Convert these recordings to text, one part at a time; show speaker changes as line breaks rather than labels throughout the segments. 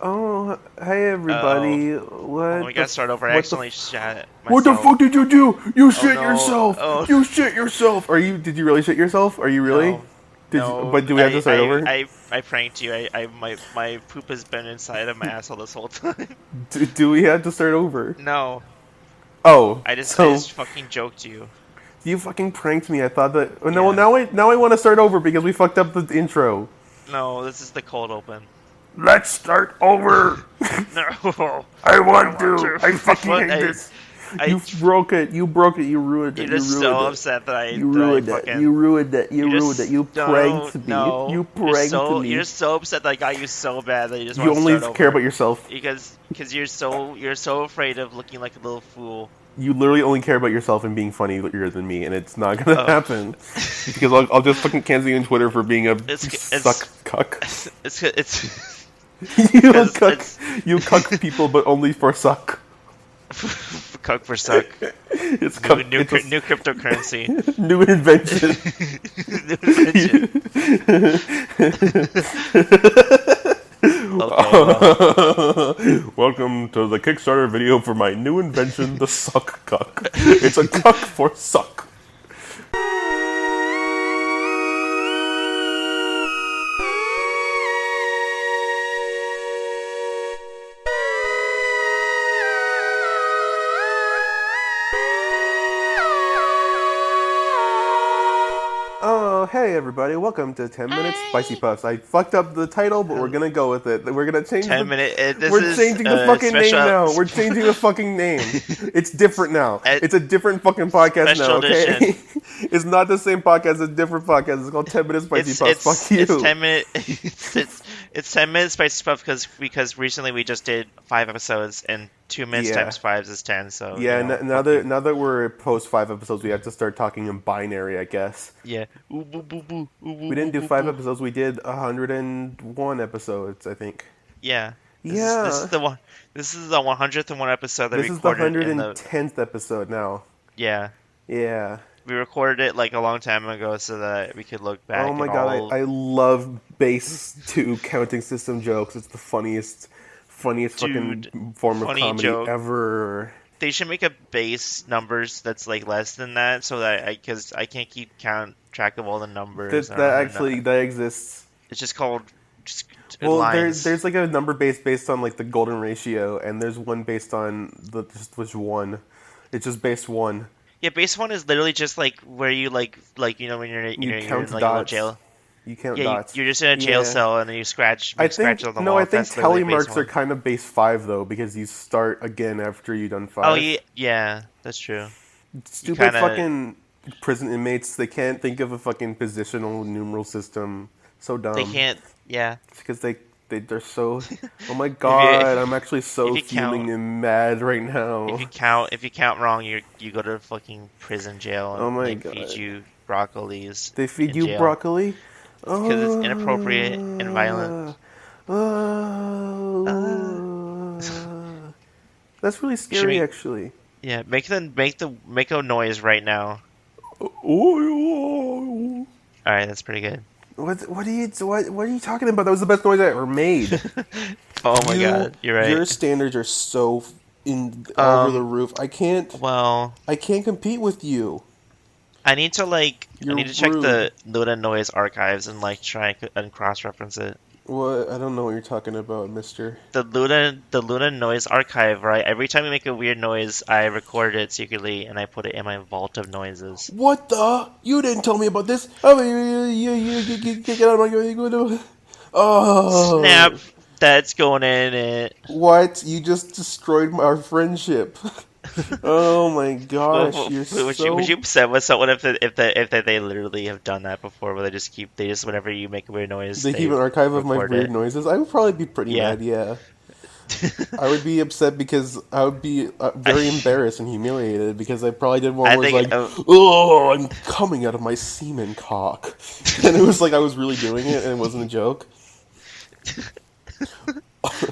Oh, hey everybody! what?
Oh, we gotta start over. I
what the
accidentally shot it myself.
What the fuck did you do? You shit
no.
yourself!
Oh.
You shit yourself! Are you? Did you really shit yourself? Are you really?
No.
Did
No,
you, but do we have
I-
to start
I,
over?
I, I pranked you. I, I my my poop has been inside of my asshole this whole time.
do, do we have to start over?
no,
Oh,
I just,
so
I just fucking joked you.
you fucking pranked me. I thought that. Oh, no,
Yeah.
now I now I want to start over because we fucked up the intro.
No, this is the cold open.
Let's start over.
No,
I want
to. I fucking hate I- this. I
you broke it. You broke it. You ruined it.
you're
you
just
ruined
so
it.
upset that I
You
that I
ruined it.
fucking.
You ruined it. You
you're
ruined
just-
it. You
no,
pranked me.
No,
You pranked
you're so,
me.
You're so upset that I got you so bad that you just
you
want to
only
start
care
over.
about yourself.
because because you're so you're so afraid of looking like a little fool.
You literally only care about yourself and being funnier than me, and it's not gonna
Oh.
happen because I'll, I'll just fucking cancel you on Twitter for being a
It's- it's-
suck cuck.
It's it's
you
because
cuck.
it's-
You cuck people, but only for suck.
cuck for suck.
It's
New,
cuck.
new,
it's
cr-
a
new cryptocurrency.
s- new invention.
okay, well,
Welcome to the Kickstarter video for my new invention, the Suck Cuck. It's a cuck for suck. Oh, hey everybody, welcome to 10 Minutes Spicy Puffs. I fucked up the title, but we're gonna go with it. We're gonna change
ten
the-
minute. Uh, this
We're
is,
changing the
uh,
fucking name
special-
now. We're changing the fucking name. It's different now.
At-
it's a different fucking podcast now,
Special
okay? it's not the same podcast, it's a different podcast. It's called 10 Minutes Spicy
it's,
Puffs.
it's,
Fuck you.
it's ten minute. It's, it's, it's ten minutes spicy puff because because recently we just did five episodes and two minutes
Yeah.
times five is ten. So
yeah,
you know,
n- now, that, now that we're post five episodes, we have to start talking in binary, I guess.
yeah. Ooh, boo, boo, boo, ooh, boo,
We didn't do
boo, boo,
five
boo.
episodes, we did 101 episodes, I think.
Yeah. This
Yeah.
Is, this is the one. This is the one hundredth and one episode that
This
we
is the
recorded in the
110th episode now.
yeah.
Yeah.
We recorded it like a long time ago so that we could look back.
Oh my
and
god,
all-
I, I love base two counting system jokes. It's the funniest, funniest fucking
Dude,
form of
funny
comedy
joke.
ever.
they should make a base numbers that's like less than that so that I because I can't keep count track of all the numbers.
That,
I
that
don't know.
actually that exists.
it's just called just
Well,
lines.
there's there's like a number base based on like the golden ratio, and there's one based on the just was one. It's just base one.
yeah, base one is literally just like where you like like you know when you're, you know, you're
count
in like a little
dots.
jail.
You count
Yeah,
dots.
you, you're just in a jail
Yeah.
cell and then you scratch.
I
you scratch
think
on the
no,
wall.
I think
That's
tally
literally base
marks
one.
are kind of base five though, because you start again after you've done five.
Oh yeah, yeah, that's true.
stupid
kinda-
fucking prison inmates. They can't think of a fucking positional numeral system. So dumb.
They can't. Yeah,
because they they they're so. Oh my god! I'm actually so
if you
feeling
count-
and mad right now.
if you count if you count wrong, you you go to fucking prison jail and
Oh my
they
God.
feed you broccolis.
They feed
in
you
jail.
broccoli. Ah.
because it's inappropriate and violent.
Oh. That's really scary,
Ah. we-
actually.
Yeah, make the make the make a noise right now. All right, that's pretty good.
What what are you what what are you talking about? That was the best noise I ever made.
Oh my
You-
god, you're right.
Your standards are so f- in all over
Um,
the roof. I can't.
Well,
I can't compete with you.
I need to like I
You're
need to check the Luna noise archives and like try and- and cross reference it.
What? I don't know what you're talking about, Mister.
The Luna the Luna noise archive, right? Every time you make a weird noise, I record it secretly and I put it in my vault of noises.
What the? You didn't tell me about this. Oh, you, you, you, you, you, get out of my window. Oh,
Snap, that's going in it.
What? You just destroyed my- our friendship. oh my gosh,
Well,
you're
would
so.
you would you be upset with someone if the, if the, if they they literally have done that before where they just keep they just whenever you make a weird noise
they keep an archive of my
record
weird
it.
noises. I would probably be pretty
Yeah.
mad. Yeah. I would be upset because I would be uh, very embarrassed and humiliated because I probably did one
I
where it was
think,
like,
uh,
"Oh, I'm coming out of my semen cock," and it was like I was really doing it and it wasn't a joke.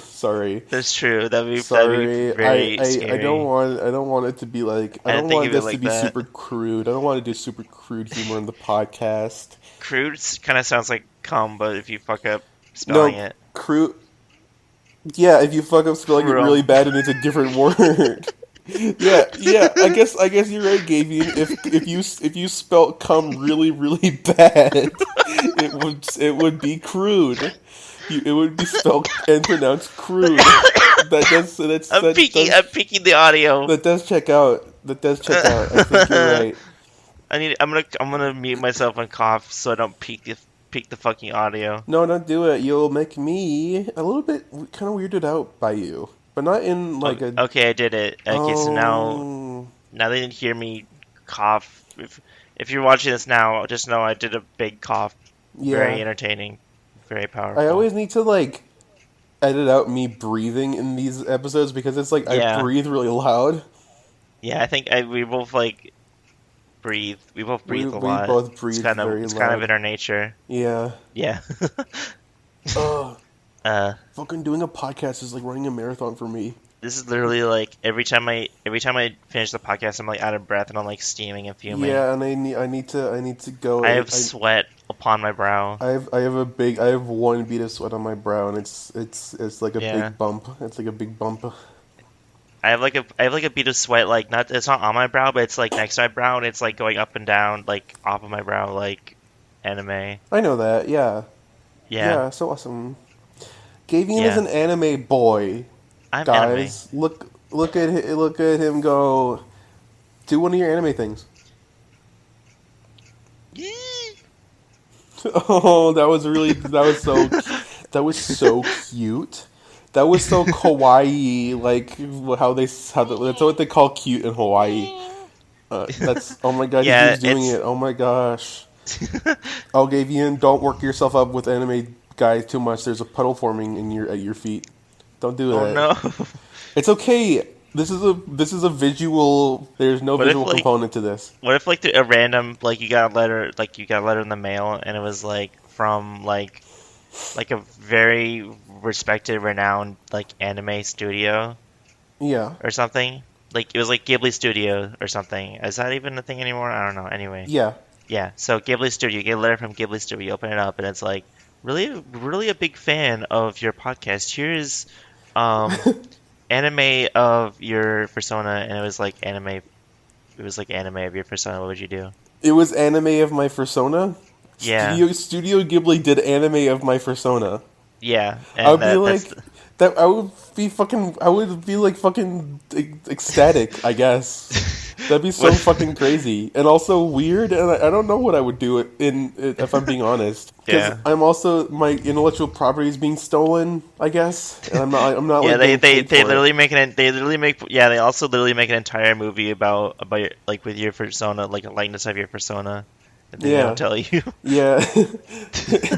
Sorry,
That's true. That'd be, that'd
sorry.
be very
I, I,
scary.
I don't want I don't want it to be like I
I
don't
think
want
of it
this to
like
be
that.
super crude. I don't want to do super crude humor in the podcast.
Crude kind of sounds like cum, but if you fuck up spelling
no,
it,
crude. Yeah, if you fuck up spelling it
Cruel.
really bad and it's a different word. yeah, yeah. I guess I guess you're right, Gavian. If if you if you spelt cum really really bad, it would it would be crude. You, it would be spelled and pronounced crude. That does that's
I'm
that,
peeking.
does,
I'm peeking the audio.
that does check out. That does check out. I think you're right.
I need. I'm gonna. I'm gonna mute myself and cough so I don't peek the peek the fucking audio.
No, don't do it. You'll make me a little bit kind of weirded out by you, but not in like a.
okay, I did it. Okay, so now
Oh.
now they didn't hear me cough. If if you're watching this now, just know I did a big cough.
yeah.
Very entertaining. Very powerful.
I always need to like edit out me breathing in these episodes because it's like I
Yeah.
breathe really loud.
Yeah, I think I, we both like breathe. We both breathe
we
a lot.
both
it's
breathe
kind of
very
it's kind of
loud.
in our nature.
Yeah.
Yeah.
Ugh.
uh,
Fucking doing a podcast is like running a marathon for me.
this is literally like every time I every time I finish the podcast, I'm like out of breath and I'm like steaming and fuming.
Yeah, and I need I need to I need to go.
I have
I,
sweat upon my brow.
I have I have a big I have one bead of sweat on my brow and it's it's it's like a
Yeah.
big bump. It's like a big bump.
I have like a I have like a bead of sweat like not it's not on my brow, but it's like next to my brow and it's like going up and down like off of my brow like anime. Yeah.
I know that. Yeah. so awesome. Gavian
Yeah.
is an anime boy.
I'm anime.
guys, look look at hi- look at him go. Do one of your anime things. Oh, that was really that was so that was so cute. That was so kawaii, like how they how the, that's what they call cute in Hawaii. Uh, that's oh my god,
Yeah,
he's doing
it's-
it. Oh my gosh. Oh, Gavian, don't work yourself up with anime guys too much. There's a puddle forming in your at your feet. Don't do that.
oh no.
It's okay. This is a this is a visual. There's no
But if,
visual
like-
component to this.
What if like the- a random like you got a letter like you got a letter in the mail and it was like from like like a very respected renowned like anime studio
Yeah,
or something? Like it was like Ghibli Studio or something. Is that even a thing anymore? I don't know. Anyway.
yeah.
Yeah, so Ghibli Studio, you get a letter from Ghibli Studio, you open it up, and it's like, really, really a big fan of your podcast. Here is um, anime of your persona, and it was like anime, it was like anime of your persona. What would you do?
It was anime of my persona.
Yeah,
Studio, Studio Ghibli did anime of my persona.
yeah. And
I would
that-
be
that's
like that. I would be fucking. I would be like fucking ec- ecstatic. I guess that'd be so
What-
fucking crazy and also weird. And I, I don't know what I would do it in if I'm being honest. 'Cause
Yeah.
I'm also my intellectual property is being stolen. I guess. And I'm not. I'm not.
yeah,
like,
they
being oh,
they,
paid
they
for it.
literally make an they literally make yeah they also literally make an entire movie about about your, like with your persona like a likeness of your persona. And they
Yeah.
don't tell you.
Yeah,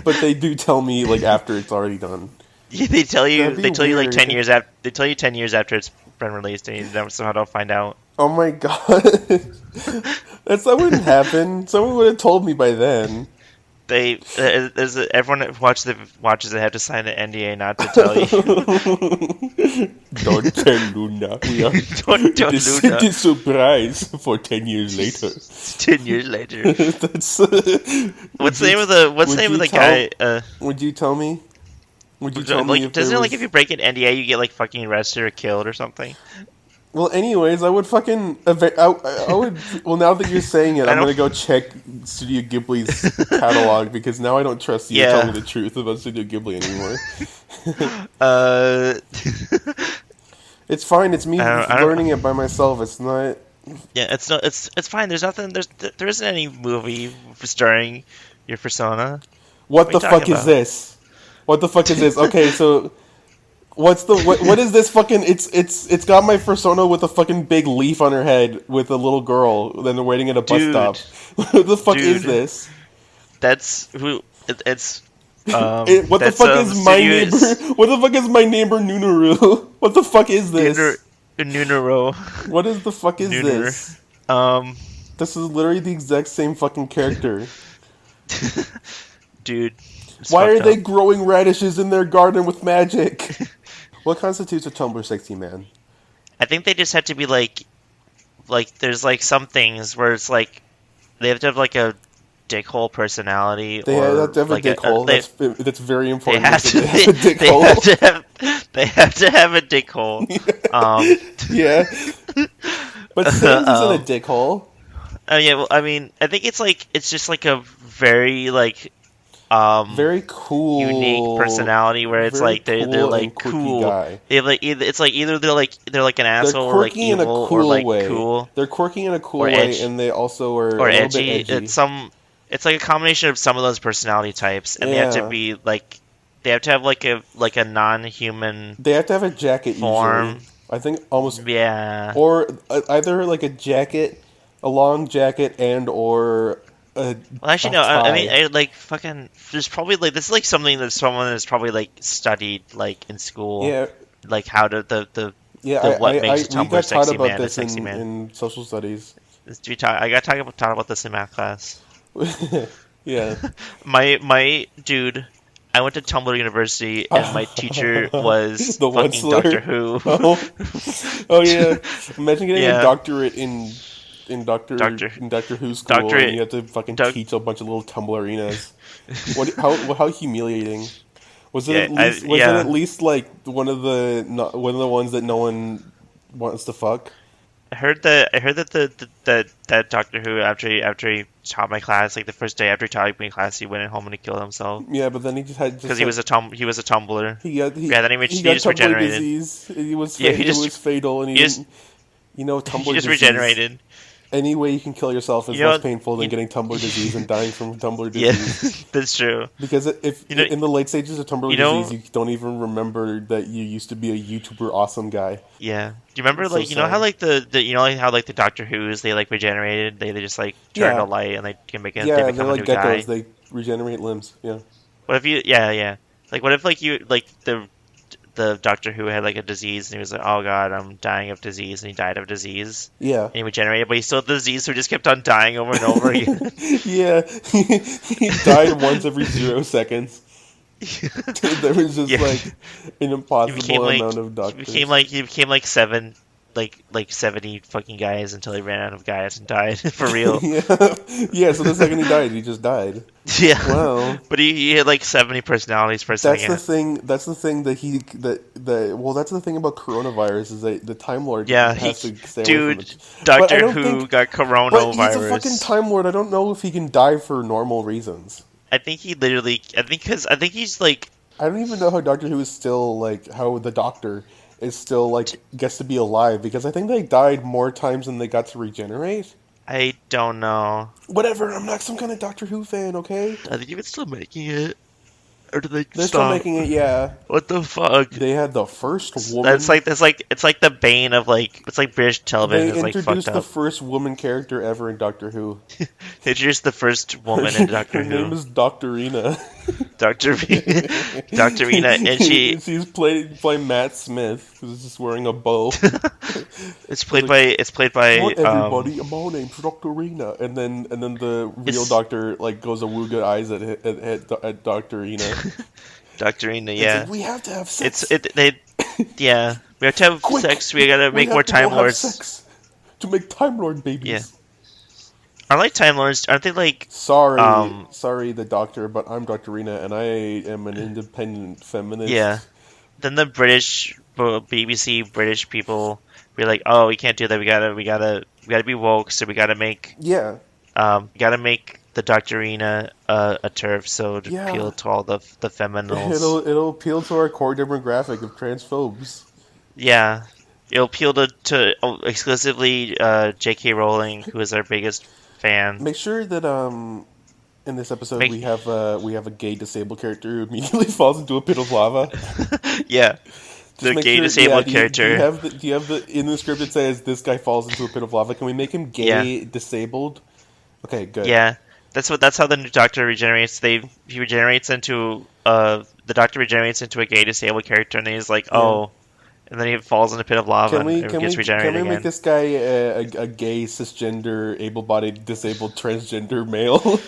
but they do tell me like after it's already done.
Yeah, they tell you
That'd be
they tell you like
weird.
ten years after they tell you ten years after it's been released and you don't- somehow don't find out.
Oh my god, that's that wouldn't happen. Someone would have told me by then.
They there- there's a, everyone that watches the watches they have to sign an NDA not to tell you.
Don't tell Luna. We are
don't tell
this
Luna.
this surprise for ten years later.
ten years later.
that's
What's
what's
the name of the What's the
would
name of
you
the guy? Uh,
Would you tell me? Would you tell
like,
me? If
doesn't
there
it like
was-
if you break an NDA you get like fucking arrested or killed or something?
Well, anyways, I would fucking. eva- I, I would. Well, now that you're saying it,
I
I'm
don't-
gonna go check Studio Ghibli's catalog because now I don't trust you to
Yeah.
tell me the truth about Studio Ghibli anymore.
Uh,
it's fine. It's me
I don't- I don't-
learning it by myself. It's not.
yeah, it's no, it's it's fine. There's nothing. There's there isn't any movie starring your persona.
What,
What are you
the fuck
talking
is
about?
this? What the fuck is this? Okay, so what's the what, what is this fucking? It's it's it's got my persona with a fucking big leaf on her head with a little girl. Then they're waiting at a bus
Dude.
stop. what the fuck is
Dude.
this?
That's who. It, it's. Um,
It- what the
that's,
fuck
um,
is my
Studio-
neighbor? What the fuck is my neighbor Nunaru? What the fuck is this?
Nuner, Nunero.
What is the fuck is
Nuner.
this?
Um,
This is literally the exact same fucking character.
dude. it's
Why are
fucked
they
up.
growing radishes in their garden with magic? what constitutes a Tumblr sexy man?
I think they just have to be like, like there's like some things where it's like they have to have like a dickhole personality.
They
or
have to have
like
a
a-
dickhole.
they-
that's, that's very
they
important.
have
that
to.
they have a
They, they
dickhole.
have to have. They have to have a dickhole. Um,
yeah. But Sam's
Um,
isn't a dickhole.
I mean, oh, well, I mean, I think it's like it's just like a very like um
Very cool.
unique personality where it's
very
like they
cool
they're
and
like
quirky
cool.
guy.
They have, like either, it's like either they're like they're like an
They're
asshole or like
quirky in a
evil
cool
or like
way.
cool
They're quirky in a cool
Or
way,
edgy.
and they also are
or
a little
edgy.
bit edgy.
It's some. It's like a combination of some of those personality types, and they have
Yeah.
to be like they have to have like a like a non-human
They have to have a jacket
form.
usually. I think almost
Yeah.
or uh, either like a jacket, a long jacket, and or a
Well, actually, no.
a
I, I
tie.
mean, I, like fucking. There's probably like this is like something that someone has probably like studied like in school,
yeah,
like how to the the.
yeah.
The
I,
what
I,
makes a
I, we
Tumblr
got taught
sexy
about
man, a
this
sexy
in,
man.
in social studies.
this- we talk, I got to talk about talk about this in math class.
yeah,
My my dude, I went to Tumblr University and my teacher was
The one
fucking
slur.
Doctor Who.
oh, oh yeah. Imagine getting
Yeah.
a doctorate in in doctor,
Doctor-
in Doctor Who school,
doctorate-
and you have to fucking
doc-
teach a bunch of little Tumblrinas. what? How how humiliating. Was it
Yeah,
at
I-
least, was
yeah.
it at least like one of the no one of the ones that no one wants to fuck?
I heard that I heard that the, the that that Doctor Who after he, after he taught my class, like the first day after he taught me class, he went home and he killed himself
Yeah, but then he just had
because he was a tum- he was a Tumblr.
He got he,
Yeah, then he re-
he
he
got
just
Tumblr
regenerated.
disease. It was fa-
Yeah, he
it
just-
was fatal, and he,
he just-
didn't- you know Tumblr
He just
disease.
regenerated.
Any way you can kill yourself is
You know,
less painful than
you-
getting Tumblr disease and dying from Tumblr
Yeah,
disease.
that's true.
Because if
You know-
in the late stages of Tumblr
you know-
disease, you don't even remember that you used to be a YouTuber awesome guy.
Yeah. Do you remember
It's so
like you know how
sad.
like the, the you know like, how like the Doctor Who's they like regenerated they, they just like turn
Yeah.
a light and they can make it
yeah,
they
they're
become a
like
new
geckos.
guy.
They regenerate limbs. Yeah,
What if you yeah yeah like what if like you like the the Doctor Who had like a disease and he was like oh god I'm dying of disease and he died of disease
yeah,
and he regenerated but he still had the disease so he just kept on dying over and over again.
yeah. he died once every zero seconds. there was just
Yeah.
like an
he
impossible
became like
amount of
he
doctors.
became like he became like seven like like seventy fucking guys until he ran out of guys and died for real.
yeah, yeah. So the second he died, he just died.
yeah.
Wow.
But he, he had like 70 personalities per
That's the
second.
thing. That's the thing that he that that. Well, that's the thing about coronavirus is that the Time Lord
Yeah,
has
he-
to stay away
Dude,
from it. But I
Doctor
don't
Who
think-
got
But
coronavirus.
he's a fucking Time Lord. I don't know if he can die for normal reasons.
I think he literally. I think because I think he's like.
I don't even know how Doctor Who is still like how the Doctor is still like gets to be alive because I think they died more times than they got to regenerate.
I don't know.
Whatever. I'm not some kind of Doctor Who fan. Okay,
Are they even still making it? Or do they
they're still
stop?
making it. Yeah,
What the fuck?
they had the first woman.
That's like that's like it's like the bane of like it's like British television.
They
It's like
introduced
fucked
the
up.
first woman character ever in Doctor Who.
They introduced the first woman in Doctor
Her name
Who,
is Doctorina.
Doctor Doctorina, and she
she's played by Matt Smith, who's just wearing a bow.
it's played by it's played by
Not
um,
everybody, my name's Doctorina, and then and then the real
It's-
doctor like goes a wooga eyes at at, at, at Doctorina.
Doctorina.
It's
Yeah,
like, we have to have sex.
It's it they yeah. We have to have
Quick!
sex. We gotta
We
make
have
more
to go
time
have
lords.
sex to make Time Lord babies.
Yeah. Aren't like time lords? Aren't they like?
Sorry,
Um,
sorry, the doctor, but I'm Doctorina, and I am an independent feminist.
Yeah. Then the British well, BBC British people be like, oh, we can't do that. We gotta we gotta we gotta be woke. So we gotta make
yeah.
um we gotta make the Doctorina uh, a turf. So to
Yeah.
appeal to all the the feminals.
It'll it'll appeal to our core demographic of transphobes.
Yeah. It'll appeal to, to oh, exclusively uh, J.K. Rowling, who is our biggest fan.
Make sure that um, in this episode
Make-
we have uh, we have a gay disabled character who immediately falls into a pit of lava.
yeah,
Just
the
make
gay
sure-
disabled
yeah, do you-
character.
Do you, have the, do you have the in the script it says this guy falls into a pit of lava? Can we make him gay disabled? Okay, good.
Yeah, that's what. That's how the new Doctor regenerates. They he regenerates into uh the Doctor regenerates into a gay disabled character, and he's like,
Yeah.
oh, and then he falls in a pit of lava
Can we
and
can we,
gets
can
regenerated
we
again.
make this guy a, a, a gay cisgender able-bodied disabled transgender male?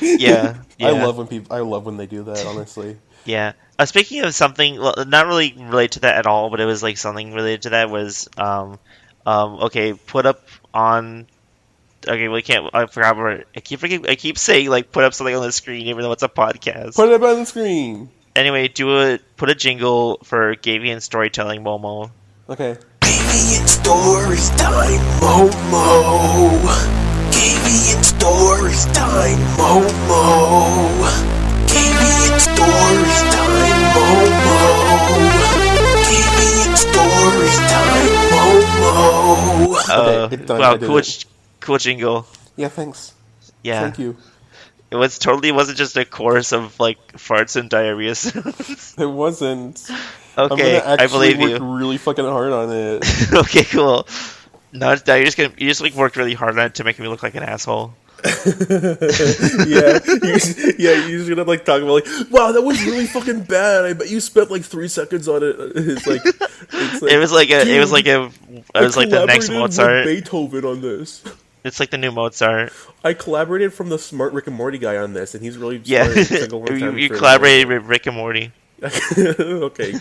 yeah, yeah,
I love when people I love when they do that. Honestly,
yeah. Uh, speaking of something, well, not really related to that at all, but it was like something related to that was um um okay, put up on Okay, we can't. I forgot. Where, I keep forget- I keep saying like put up something on the screen, even though it's a podcast.
Put it up on the screen.
anyway, do a put a jingle for Gavian storytelling, Momo.
Okay.
Gaming and story time, Momo. Gaming and story time, Momo. Gaming and story time, Momo. Gaming and story time, Momo.
Uh,
it's done. I
wow,
did
cool,
it.
j- cool jingle.
Yeah. Thanks.
Yeah,
Thank you.
it was totally wasn't just a chorus of like farts and diarrhea sounds.
It wasn't.
okay,
I'm gonna
I
actually
believe
work
you.
Really fucking hard on it.
okay, cool. No, it's- you're just gonna you just like worked really hard on it to make me look like an asshole.
yeah.
you yeah, you're just gonna like talk about like, wow, that was really fucking bad. I bet you spent like three seconds on it. It's like, it's like
It was like a it was like a it
I
was like the next
collaborated with
Mozart.
Beethoven on this.
It's like the new Mozart.
I collaborated from the smart Rick and Morty guy on this, and he's really
Yeah,
smart. It took a long
you,
time
you
for him.
collaborated with Rick and Morty.
okay,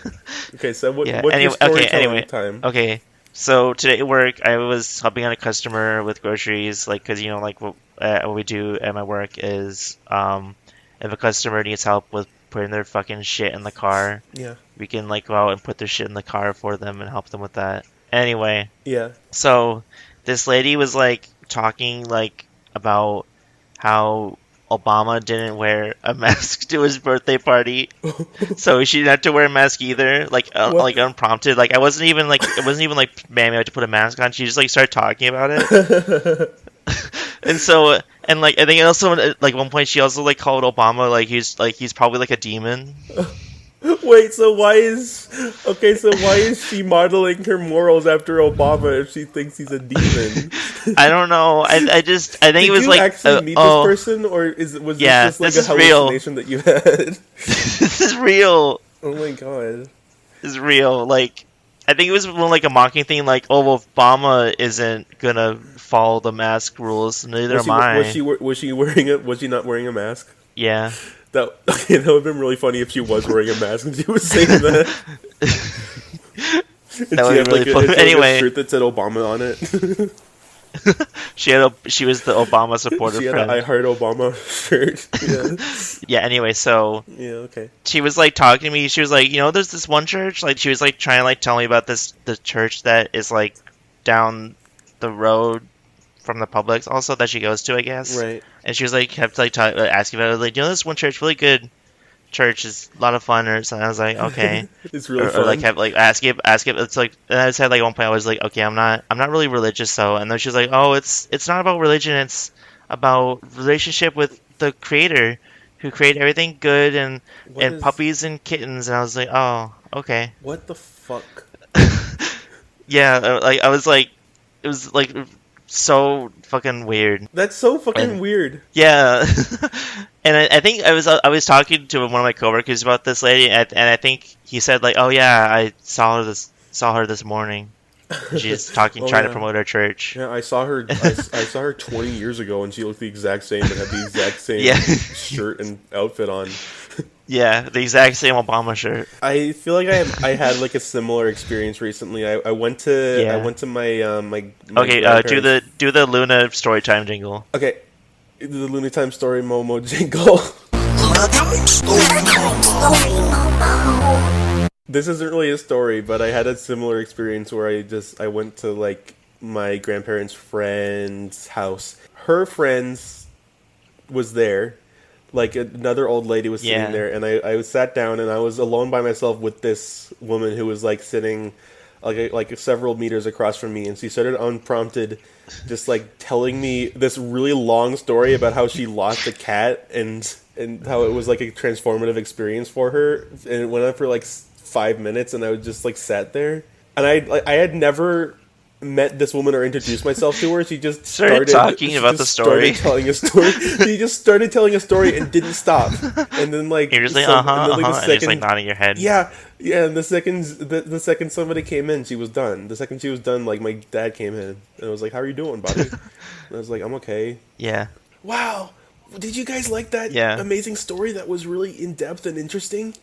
okay. So what?
Yeah.
what's
anyway,
your
okay.
storytelling
Anyway. Oh.
time?
Okay. So today at work, I was helping out a customer with groceries, like because you know, like what, uh, what we do at my work is, um, if a customer needs help with putting their fucking shit in the car,
Yeah,
we can like go out and put their shit in the car for them and help them with that. Anyway,
yeah.
so this lady was like talking like about how Obama didn't wear a mask to his birthday party, so she didn't have to wear a mask either. Like uh,
What?
like unprompted. Like I wasn't even like it wasn't even like ma'am, you have to put a mask on. She just like started talking about it, and so and like I think also uh, like one point she also like called Obama like he's like he's probably like a demon.
Wait, so why is okay? So why is she modeling her morals after Obama if she thinks he's a demon?
I don't know. I I just I think
Did
it was
you
like
actually
uh,
meet
oh,
this person, or is was
Yeah,
this just like
this
a
is real.
hallucination that you had?
this is real.
Oh my god!
is real. Like, I think it was more like a mocking thing, like, oh, well, Obama isn't gonna follow the mask rules, neither
Was she,
am I.
was she we- was she wearing it? Was she not wearing a mask?
Yeah.
That okay, that would have been really funny if she was wearing a mask and she was saying that. And
That
she had,
would've been really
a-
funny.
she had,
Anyway.
a shirt that said Obama on it.
She had a, she was the Obama supporter
she had
friend.
an I Heart Obama shirt. Yeah,
Yeah, anyway, so
yeah, okay.
she was like talking to me. She was like, you know, there's this one church. Like, she was like trying to like tell me about this the church that is like down the road from the Publix, also that she goes to, I guess.
Right.
and she was like kept like talk, asking about it. I was like, you know, this one church, really good church, is a lot of fun. Or something. I was like, okay,
It's
or,
really
or,
fun.
like kept like asking, asking. It's like, and I just had like one point, I was like, okay, I'm not, I'm not really religious, so. And then she was like, oh, it's, it's not about religion. It's about relationship with the Creator, who created everything good and
What
and
is-
puppies and kittens. And I was like, oh, okay,
what the fuck?
yeah. I- Like I was like, it was like so fucking weird.
That's so fucking
And-
weird.
Yeah, and I, I think I was I was talking to one of my coworkers about this lady, and I, and I think he said like, "Oh yeah, I saw her this saw her this morning. She's talking,
Oh,
trying
yeah.
to promote her church."
Yeah, I saw her. I, s- I saw her 20 years ago, and she looked the exact same and had the exact same
Yeah.
shirt and outfit on.
Yeah, the exact same Obama shirt.
I feel like I I had like a similar experience recently. I, I went to
Yeah.
I went to my um my, my
Okay, uh, do
grandparents'
the do the Luna story time jingle.
Okay. The Looney Time story Momo jingle.
Lifetime story, Momo.
this isn't really a story, but I had a similar experience where I just I went to like my grandparents' friend's house. Her friends was there. Like another old lady was sitting
Yeah.
there and I, I sat down and I was alone by myself with this woman who was like sitting like like several meters across from me and she started unprompted just like telling me this really long story about how she lost a cat and and how it was like a transformative experience for her and it went on for like s- 5 minutes and I was just like sat there and I like, I had never met this woman or introduced myself to her she just
Started
started,
talking
she
about
just
the story.
started telling a story she just started telling a story and didn't stop and then like
You're just like,
some-
uh huh,
and then, like, the
uh huh, and just like
second-
nodding your head.
yeah, yeah. And the second the, the second somebody came in, she was done. The second she was done, like my dad came in and I was like, "How are you doing, buddy?" and I was like, "I'm okay."
yeah,
Wow, did you guys like that
Yeah.
amazing story? That was really in depth and interesting.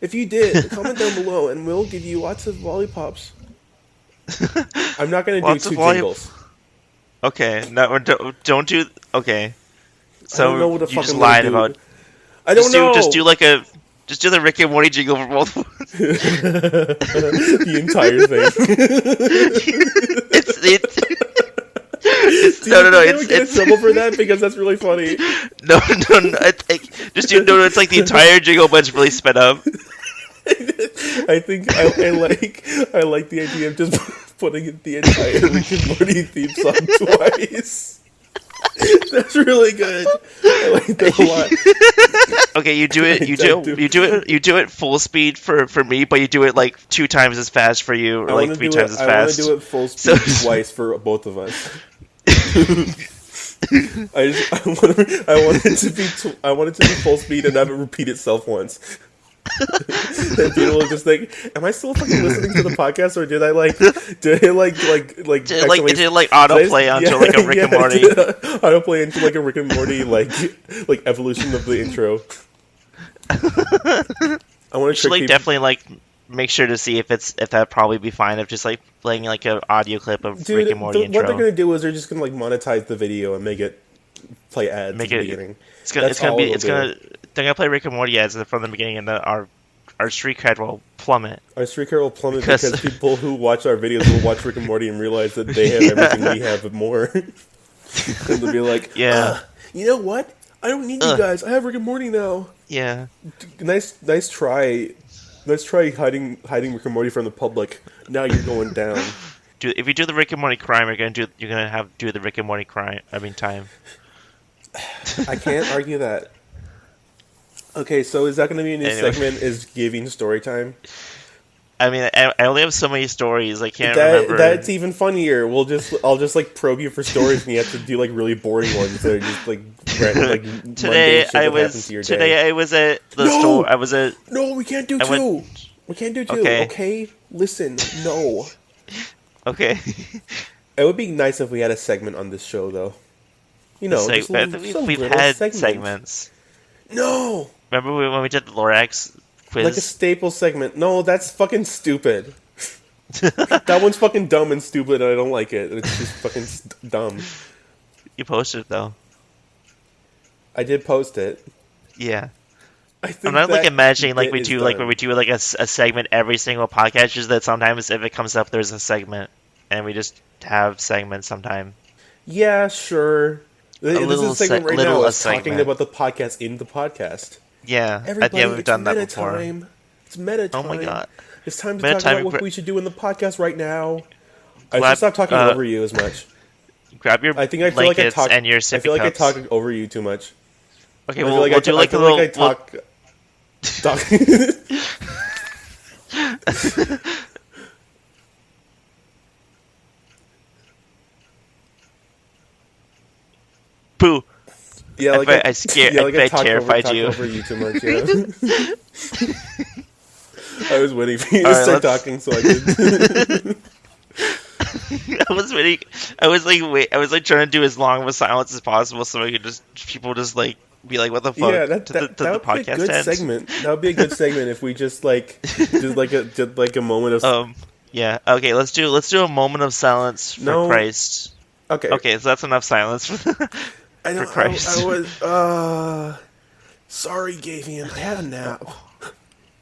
If you did, comment down below, and we'll give you lots of lollipops. I'm not gonna do
Lots of
two
lollip-
jingles.
Okay, no, don't, don't do. Okay, so
I don't know what the
you
fuck
just
I'm gonna
lied
do.
about.
I don't
Just do,
know.
just do like a, just do the Rick and Morty jingle for both.
the entire thing.
it's it's. it's
Do
no,
you
no, no!
think I
It's
would get in
it's
trouble for that because that's really funny.
no, no, no! It's, like, just do no, no! It's like the entire jingle, but it's really sped up.
I think I, I like I like the idea of just putting in the entire Rick and Morty theme song twice. That's really good. I like that a lot.
Okay, you do it. You do
Don't
it.
do
You do it. You do it full speed for for me, but you do it like two times as fast for you, or
I
like
wanna
three
do
times
it,
as fast.
I want to do it full speed
So-
twice for both of us. I just, I want I want it to be tw- I want it to be full speed and have it repeat itself once. that people will just think, "Am I still fucking listening to the podcast, or did I like did I like like like
Did it, like
accidentally
it did like
Did I-
autoplay onto like a Rick and
yeah,
Morty.
did I autoplay into like a Rick and Morty like like evolution of the intro. I want to trick
should like
people.
definitely like make sure to see if it's if that'd probably be fine of just like playing like an audio clip of
Dude,
Rick and Morty
the-
intro.
what they're gonna do is they're just gonna like monetize the video and make it play ads
Make
at
it-
the beginning.
it's gonna
that's
it's gonna
all
be
it'll
it's
do.
gonna they're gonna play Rick and Morty ads from the beginning, and then our our street cred will plummet.
Our street card will plummet
Because-
because, people who watch our videos will watch Rick and Morty and realize that they have everything we have and more. and they'll be like,
Yeah.
"Ugh, you know what? I don't need
Ugh.
you guys. I have Rick and Morty now."
Yeah,
Nice, nice try. Nice try hiding hiding Rick and Morty from the public. Now you're going down.
do if you do the Rick and Morty crime, you're gonna do you're gonna have do the Rick and Morty crime. I mean time.
I can't argue that. Okay, so is that going to be a new
Anyway.
segment? Is giving story time?
I mean, I, I only have so many stories. I can't
That
remember.
that's even funnier. We'll just I'll just like probe you for stories, and you have to do like really boring ones that are just like random, like mundane
today
shit
I
that happened
was
to your
today
Day.
I was at the
No!
store. I was at
No, we can't do
I
two.
went-
We can't do two.
Okay.
Okay. listen, no.
okay.
It would be nice if we had a segment on this show, though. You know,
Seg-
just a little-
we've,
some
we've
little
had
segment.
segments.
No,
Remember we- when we did the Lorax quiz?
Like a staple segment. No, that's fucking stupid. that one's fucking dumb and stupid, and I don't like it. It's just fucking st- dumb.
you posted it, though.
I did post it.
Yeah,
I think
I'm not like
that
imagining like
bit
we
is
do like
done.
where we do like a, s- a segment every single podcast. Just that sometimes if it comes up, there's a segment, and we just have segments sometime.
Yeah, sure. Th- this is
little
a segment
se-
right
little
now.
a
Is talking
segment.
about the podcast in the podcast.
Yeah, I
Everybody,
think we've
it's
done that
meta
before.
time. It's meta
Oh
time.
my god,
It's time to
Meta
talk about
timing
what
for-
we should do in the podcast right now. I
Glad-
should stop talking
uh,
over you as much.
grab your
I think I feel like I
blankets
talk.
and your
I
sippy
feel like
cups.
I talk over you too much.
okay,
I
we'll,
feel like
we'll
I
do
ta-
like
I feel
a little.
like I
we'll-
talk. talk-
Boo.
Yeah,
I
like
bet I scared- I bet
talked
terrified
over,
you.
talked over you too much. Yeah. I was waiting for you to
All right,
start
let's-
talking, so I could.
I was waiting. I was like, wait. I was like trying to do as long of a silence as possible, so I could just people just like be like, "What the fuck?"
yeah, that,
to
that,
the, to
that
the
would be a
podcast
good
ends.
segment. That would be a good segment if we just like did like a did like a moment of
Um. Yeah. Okay. Let's do. Let's do a moment of silence for
No.
Christ.
okay.
Okay. So that's enough silence. okay.
I know.
for Christ.
I, I was uh, sorry, Gavian. I had a nap.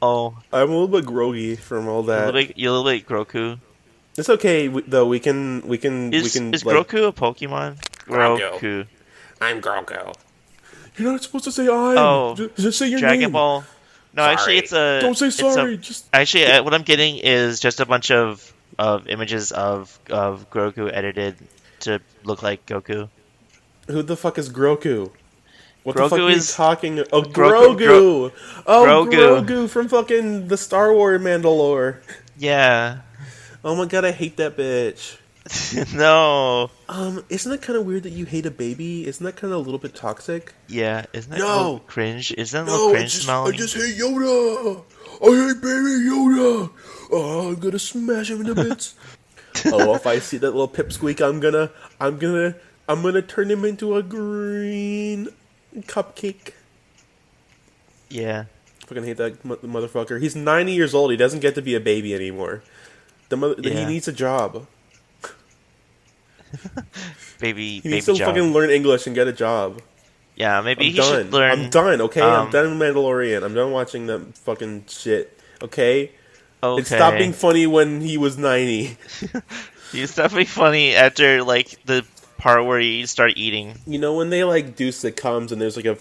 Oh,
I'm a little bit groggy from all
you
that.
look like you look like Groku.
It's okay we, though. We can we can
Is,
we can
is
like,
Groku a Pokemon?
Grogu.
Groku.
I'm Grogu.
You're not supposed to say I.
Oh,
just, just say your
Dragon
name.
Ball. No, actually,
Sorry.
it's a.
Don't say
it's a-
sorry. just
Actually, uh, what I'm getting is just a bunch of of images of of Grogu edited to look like Goku.
Who the fuck is Grogu? What the
Grogu
fuck are
is-
you talking? Oh,
Grogu-
Grogu!
Gro-
oh,
Grogu.
Grogu. from fucking the Star Wars Mandalore.
Yeah.
Oh my god, I hate that bitch.
no.
Um, isn't it kind of weird that you hate a baby? Isn't that kind of a little bit toxic?
Yeah. Isn't that
No.
a little cringe? Isn't that a little cringe smelling?
hate Yoda. I hate baby Yoda. Oh, I'm gonna smash him into bits. oh, if I see that little pipsqueak, I'm gonna, I'm gonna, I'm gonna turn him into a green cupcake.
Yeah.
Fucking hate that mo- motherfucker. He's 90 years old. He doesn't get to be a baby anymore. The mother-
Yeah.
He needs a job.
baby,
He
baby
needs to
John.
fucking learn English and get a job.
yeah, maybe
I'm
he
done.
should learn.
I'm done. Okay,
um,
I'm done with Mandalorian. I'm done watching that fucking shit. Okay,
Okay.
it stopped being funny when he was ninety.
You stop being funny after like the part where you start eating.
You know when they like do sitcoms and there's like a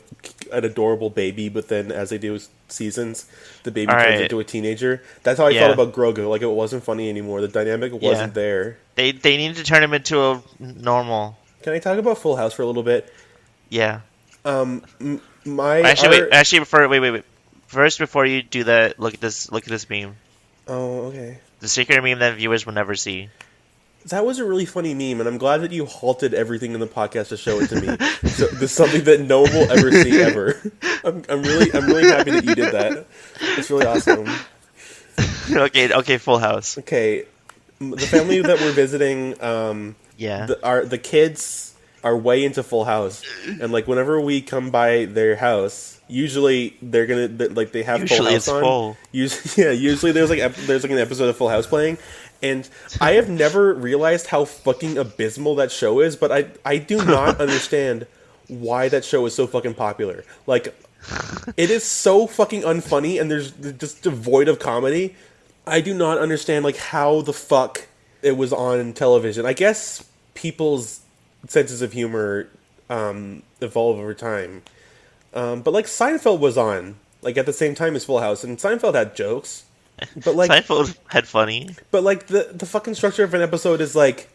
an adorable baby, but then as they do seasons, the baby
All
turns
right.
into a teenager. That's how I
Yeah.
felt about Grogu. Like it wasn't funny anymore. The dynamic wasn't there.
They they need to turn him into a normal.
Can I talk about Full House for a little bit?
Yeah.
Um, m- my
Actually,
other-
wait. Actually, before wait, wait, wait. First, before you do that, look at this. Look at this meme.
oh okay.
The secret meme that viewers will never see.
That was a really funny meme, and I'm glad that you halted everything in the podcast to show it to me. so, this is something that no one will ever see ever. I'm, I'm really, I'm really happy that you did that. It's really awesome.
okay. Okay. Full House.
Okay, m- the family that we're visiting, um,
Yeah.
the, our the kids are way into Full House, and like whenever we come by their house, usually they're gonna they, like they have Full
Usually
House
it's
on.
full.
Us- yeah, usually there's like ep- there's like an episode of Full House playing, and I have never realized how fucking abysmal that show is, but I I do not understand why that show is so fucking popular. Like, it is so fucking unfunny, and there's they're just devoid of comedy. I do not understand like how the fuck it was on television. I guess people's senses of humor um, evolve over time. Um, but like Seinfeld was on like at the same time as Full House, and Seinfeld had jokes. But like,
Seinfeld had funny.
but like the the fucking structure of an episode is like,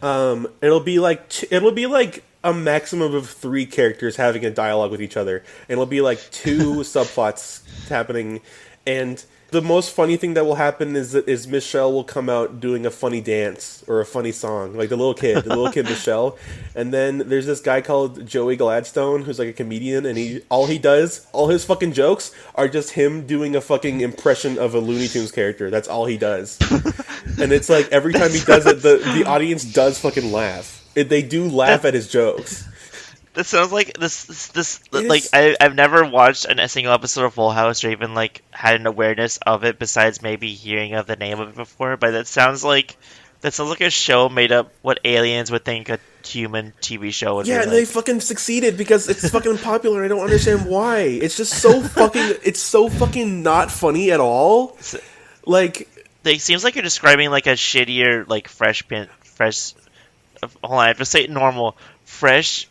um, it'll be like t- it'll be like a maximum of three characters having a dialogue with each other, and it'll be like two subplots happening, and the most funny thing that will happen is that is Michelle will come out doing a funny dance or a funny song, like the little kid, the little kid Michelle, and then there's this guy called Joey Gladstone who's like a comedian, and he all he does, all his fucking jokes are just him doing a fucking impression of a Looney Tunes character. That's all he does and it's like every time he does it, the, the audience does fucking laugh. It, they do laugh at his jokes.
This sounds like this. This, this
It
like
is-
I, I've never watched an, a single episode of Full House or even like had an awareness of it besides maybe hearing of the name of it before. But that sounds like that sounds like a show made up what aliens would think a human TV show would
Yeah,
be
and they
like.
fucking succeeded because it's fucking popular. and I don't understand why. It's just so fucking. It's so fucking not funny at all. Like
They, seems like you're describing like a shittier like Fresh Pin Fresh. uh, Hold on, I have to say it normal. Fresh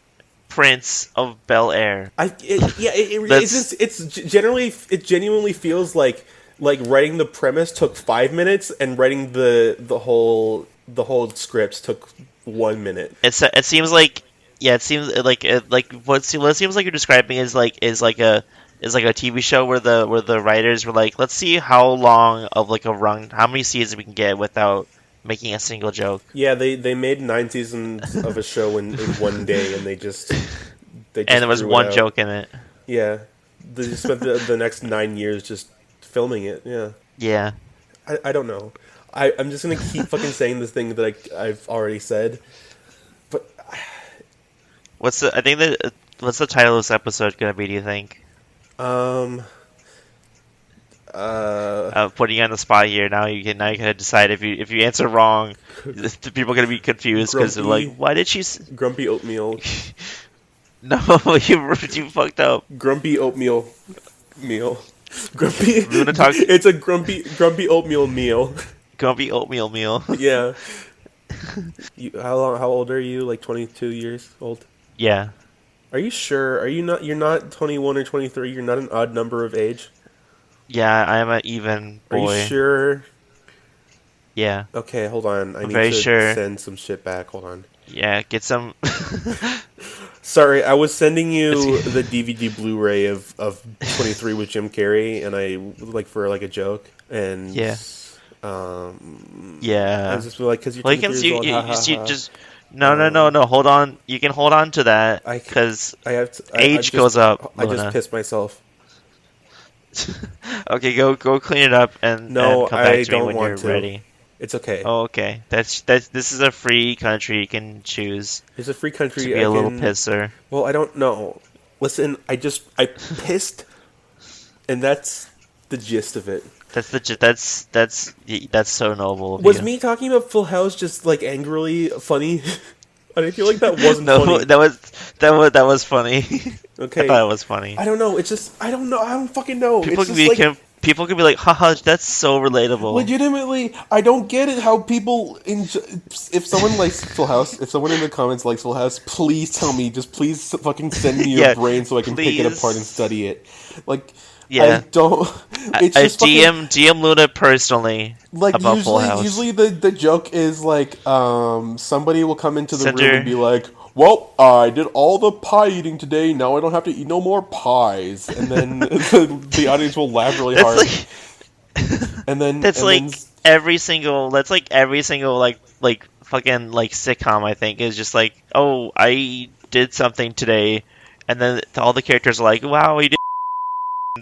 Prince of Bel Air.
I, it, yeah, it, it,
That's-
it's just, it's g- generally it genuinely feels like like writing the premise took five minutes and writing the the whole the whole scripts took one minute.
It's it seems like yeah, it seems like it, like what, se- what it seems like you're describing is like is like a is like a TV show where the where the writers were like, let's see how long of like a run, how many seasons we can get without making a single joke.
Yeah, they they made nine seasons of a show in, in one day, and they just they just
and there was
threw it
one
out.
joke in it.
Yeah, they just spent the, the next nine years just filming it. Yeah,
Yeah,
I, I don't know. I I'm just gonna keep fucking saying the thing that I I've already said. But
what's the I think that what's the title of this episode gonna be? Do you think?
um, uh,
Uh, putting you on the spot here. Now you can now you gotta decide if you if you answer wrong, the people are gonna be confused because they're
Grumpy.
like, why did she? S-?
grumpy oatmeal,
No, you you fucked up.
grumpy oatmeal meal. Grumpy.
Lunatalk-
It's a grumpy, grumpy oatmeal meal.
Grumpy oatmeal meal.
Yeah. You, how long? How old are you? Like twenty two years old?
Yeah.
Are you sure? Are you not? You're not twenty one or twenty three. You're not an odd number of age.
Yeah, I'm an even
Are
boy.
you sure?
Yeah.
Okay, hold on. I need
very
to
sure.
send some shit back. Hold on.
Yeah, get some
Sorry, I was sending you the DVD Blu-ray of of twenty three with Jim Carrey, and I like for like a joke, and
Yeah.
um, I
Yeah.
was just like, because you're
Well, you
23
can
years
see you,
old,
you,
ha, ha,
you
ha.
just No, no, no, no. Hold on. You can hold on to that
I-
cuz
I have to, I- I
age
just-
goes up,
I
Luna.
just pissed myself.
okay, go go clean it up and,
No,
and come back
I
to
don't
me when
want
you're
to.
ready.
It's okay.
Oh, okay. That's that's this is a free country you can choose
It's a free
to
country.
be
I
a little
can-
pisser.
Well, I don't know. Listen, I just I pissed, and that's the gist of it.
That's the ju- that's that's y- that's so noble. of
Was
you.
me talking about Full House just like angrily funny?
And I feel like that wasn't
No,
funny.
that was that was that was funny. I
Okay.
thought it was funny.
I don't know. It's just I don't know. I don't fucking know.
People
it's
can
just
be
like,
can, people can be like, haha, that's so relatable.
Legitimately, I don't get it how people enjoy. If someone likes Full House, if someone in the comments likes Full House, please tell me. Just please fucking send me your
Yeah,
brain so I can pick it
please.
apart and study it. Like,
Yeah.
I don't.
I,
It's
I
just fucking-
DM DM Luna personally
like
about
usually,
Full House.
usually the the joke is like um somebody will come into the room
Center.
and be like, "Well, I did all the pie eating today. Now I don't have to eat no more pies." And then the, the audience will laugh really
that's
hard.
like
and then
that's
and
like
then-
every single that's like every single like like fucking like sitcom I think is just like oh I did something today, and then all the characters are like wow he did.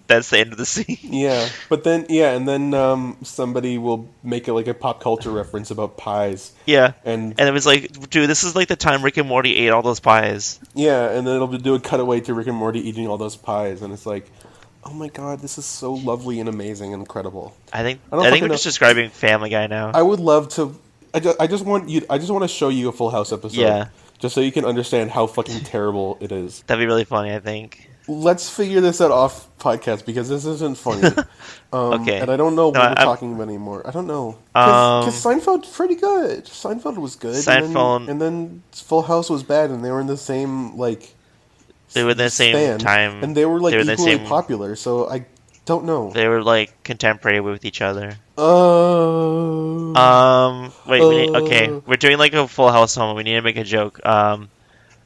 That's the end of the scene.
yeah, but then yeah, and then um somebody will make it like a pop culture reference about pies.
Yeah.
And
And it was like, dude, this is like the time Rick and Morty ate all those pies.
yeah, and then it'll do a cutaway to Rick and Morty eating all those pies, and it's like, oh my god, this is so lovely and amazing and incredible.
I think
I
I,
don't
think
fucking
we're
know.
just describing Family Guy now.
I would love to. I just, I just want you. I just want to show you a Full House episode.
Yeah.
Just so you can understand how fucking terrible it is.
That'd be really funny. I think.
Let's figure this out off podcast because this isn't funny. Um,
Okay.
And I don't know what
No,
we're
I-
talking about anymore. I don't know. Because Seinfeld's pretty good. Seinfeld was good.
Seinfeld-
And then, and then Full House was bad, and they were in the same like.
They were in the same
span,
time.
and they were like
they were in the
equally
same-
popular. So I don't know.
They were like contemporary with each other.
Oh.
Um, wait, we need-
Uh.
okay, we're doing like a Full House moment. We need to make a joke. Um,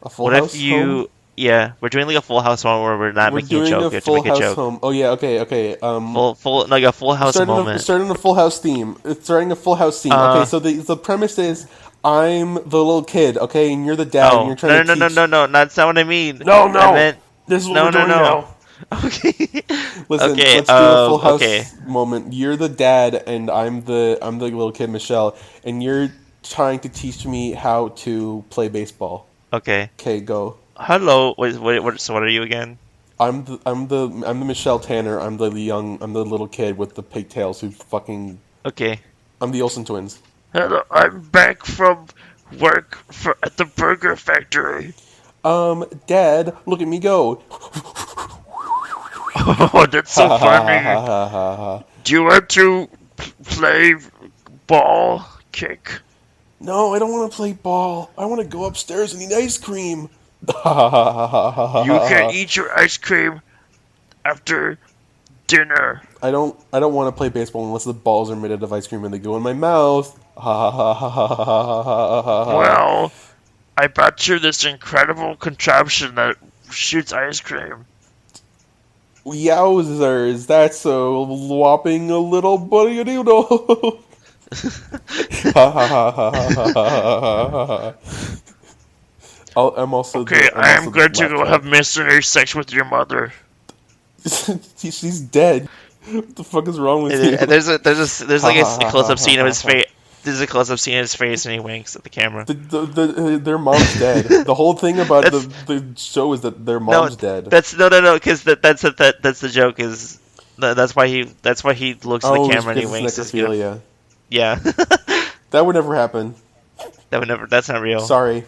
a Full
what
House
if you?
home?
Yeah, we're doing like a Full House moment where we're not
We're
making a
doing
joke.
a
we have to
Full
make a
House
joke.
home. Oh yeah, okay, okay. Um,
Full, full, like a Full House
starting
moment.
a, starting a Full House theme. It's starting a Full House theme.
Uh,
okay, so the the premise is I'm the little kid, okay, and you're the dad, and
oh
you're
no, no,
trying
no,
to
no,
teach.
no, no! That's not what I mean.
No, no.
I meant
This is what
No,
we're
no,
doing
no.
now.
okay.
Listen,
okay,
let's do a
uh,
Full House
okay.
moment. You're the dad, and I'm the I'm the little kid, Michelle, and you're trying to teach me how to play baseball.
Okay.
Okay, go.
Hello. Wait, wait, what, so what are you again?
I'm the I'm the I'm the Michelle Tanner. I'm the young. I'm the little kid with the pigtails who fucking.
Okay.
I'm the Olsen twins.
Hello, I'm back from work for, at the burger factory.
Um, Dad, look at me go.
Oh, that's so funny. Do you want to p- play ball kick?
No, I don't want to play ball. I want to go upstairs and eat ice cream. you
You can
can
eat your ice cream after dinner.
I don't. I don't want to play baseball unless the balls are made out of ice cream and they go in my mouth. Uh.
well, I brought you this incredible contraption that shoots ice cream.
Yowzers! That's a whopping a little buddy doodle. I'll- I'm also. the-
Okay,
I'm
I am
also the
going to go
laptop.
have missionary sex with your mother.
She- She's dead. What the fuck is wrong with
And
you?
there- and there's a there's a s- there's like a, close up scene of his face. There's a close up scene of his face, and he winks at the camera.
The, the, the, uh, their mom's dead. The whole thing about the, the show is that their
No,
mom's dead.
that's no, no, no, because that, that's the that, that's the joke is tha- that's why he that's why he looks at
oh,
the
it's
camera and he
because
winks.
it's
It's beautiful.
necrophilia.
Yeah,
That would never happen.
that would never. That's not real.
Sorry,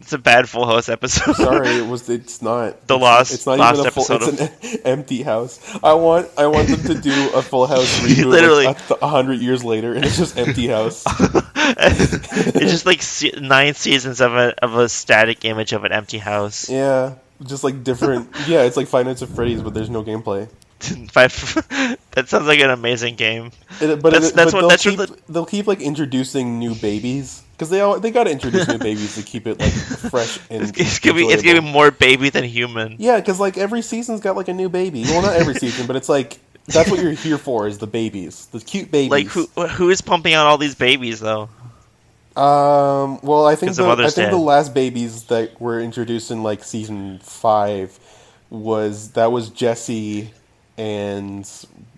It's a bad Full House episode.
sorry. It was. It's not.
The
it's,
last-
It's not
last
even a full.
episode
It's an empty house. I want. I want them to do a Full House reboot.
Literally.
like, a, a hundred years later, and it's just empty house.
it's just like se- nine seasons of a of a static image of an empty house.
yeah, just like different. Yeah, it's like Five Nights at Freddy's, but there's no gameplay.
Five- that sounds like an amazing game.
It, but
That's-
it,
that's
but
what-
they'll
that's what
keep, they'll keep like introducing new babies because they all, they got to introduce new babies to keep it like fresh and
It's, it's gonna be it's gonna be
enjoyable.
more baby than human.
yeah because like every season's got like a new baby well not every season but it's like that's what you're here for is the babies the cute babies
Like who who is pumping out all these babies though?
um well I think
'Cause the
the, I
mother's
think the
dead.
last babies that were introduced in like season five was that was Jesse and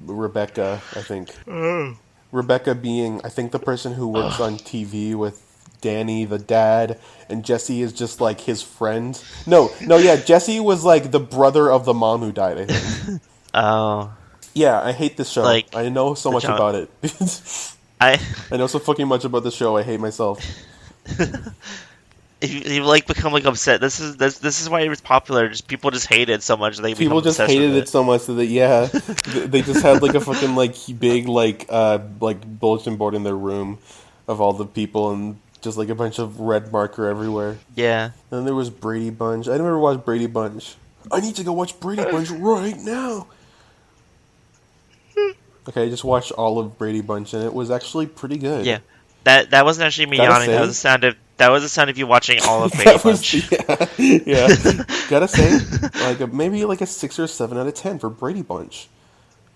Rebecca I think Rebecca being, I think, the person who works on TV with Danny, the dad, and Jesse is just like his friend. No, no, yeah, Jesse was like the brother of the mom who died. I think.
Oh,
Yeah, I hate this show.
Like,
I know so much
genre-
about it.
I
I know so fucking much about the show. I hate myself.
you, you like become like upset. This is this this is why it was popular. Just people just hate it so much. They
People
become
just
obsessed
hated
with
it so much that yeah, th- they just had like a fucking like big like uh like bulletin board in their room of all the people and just like a bunch of red marker everywhere.
Yeah,
Then there was Brady Bunch. I never watched Brady Bunch. I need to go watch Brady Bunch right now. Okay, I just watched all of Brady Bunch and it was actually pretty good.
yeah. That that wasn't actually me
That a
yawning. That
thing?
was the sound of that was the sound of you watching all of Brady
That was,
Bunch.
yeah, yeah. Gotta say, like a, maybe like a six or seven out of ten for Brady Bunch.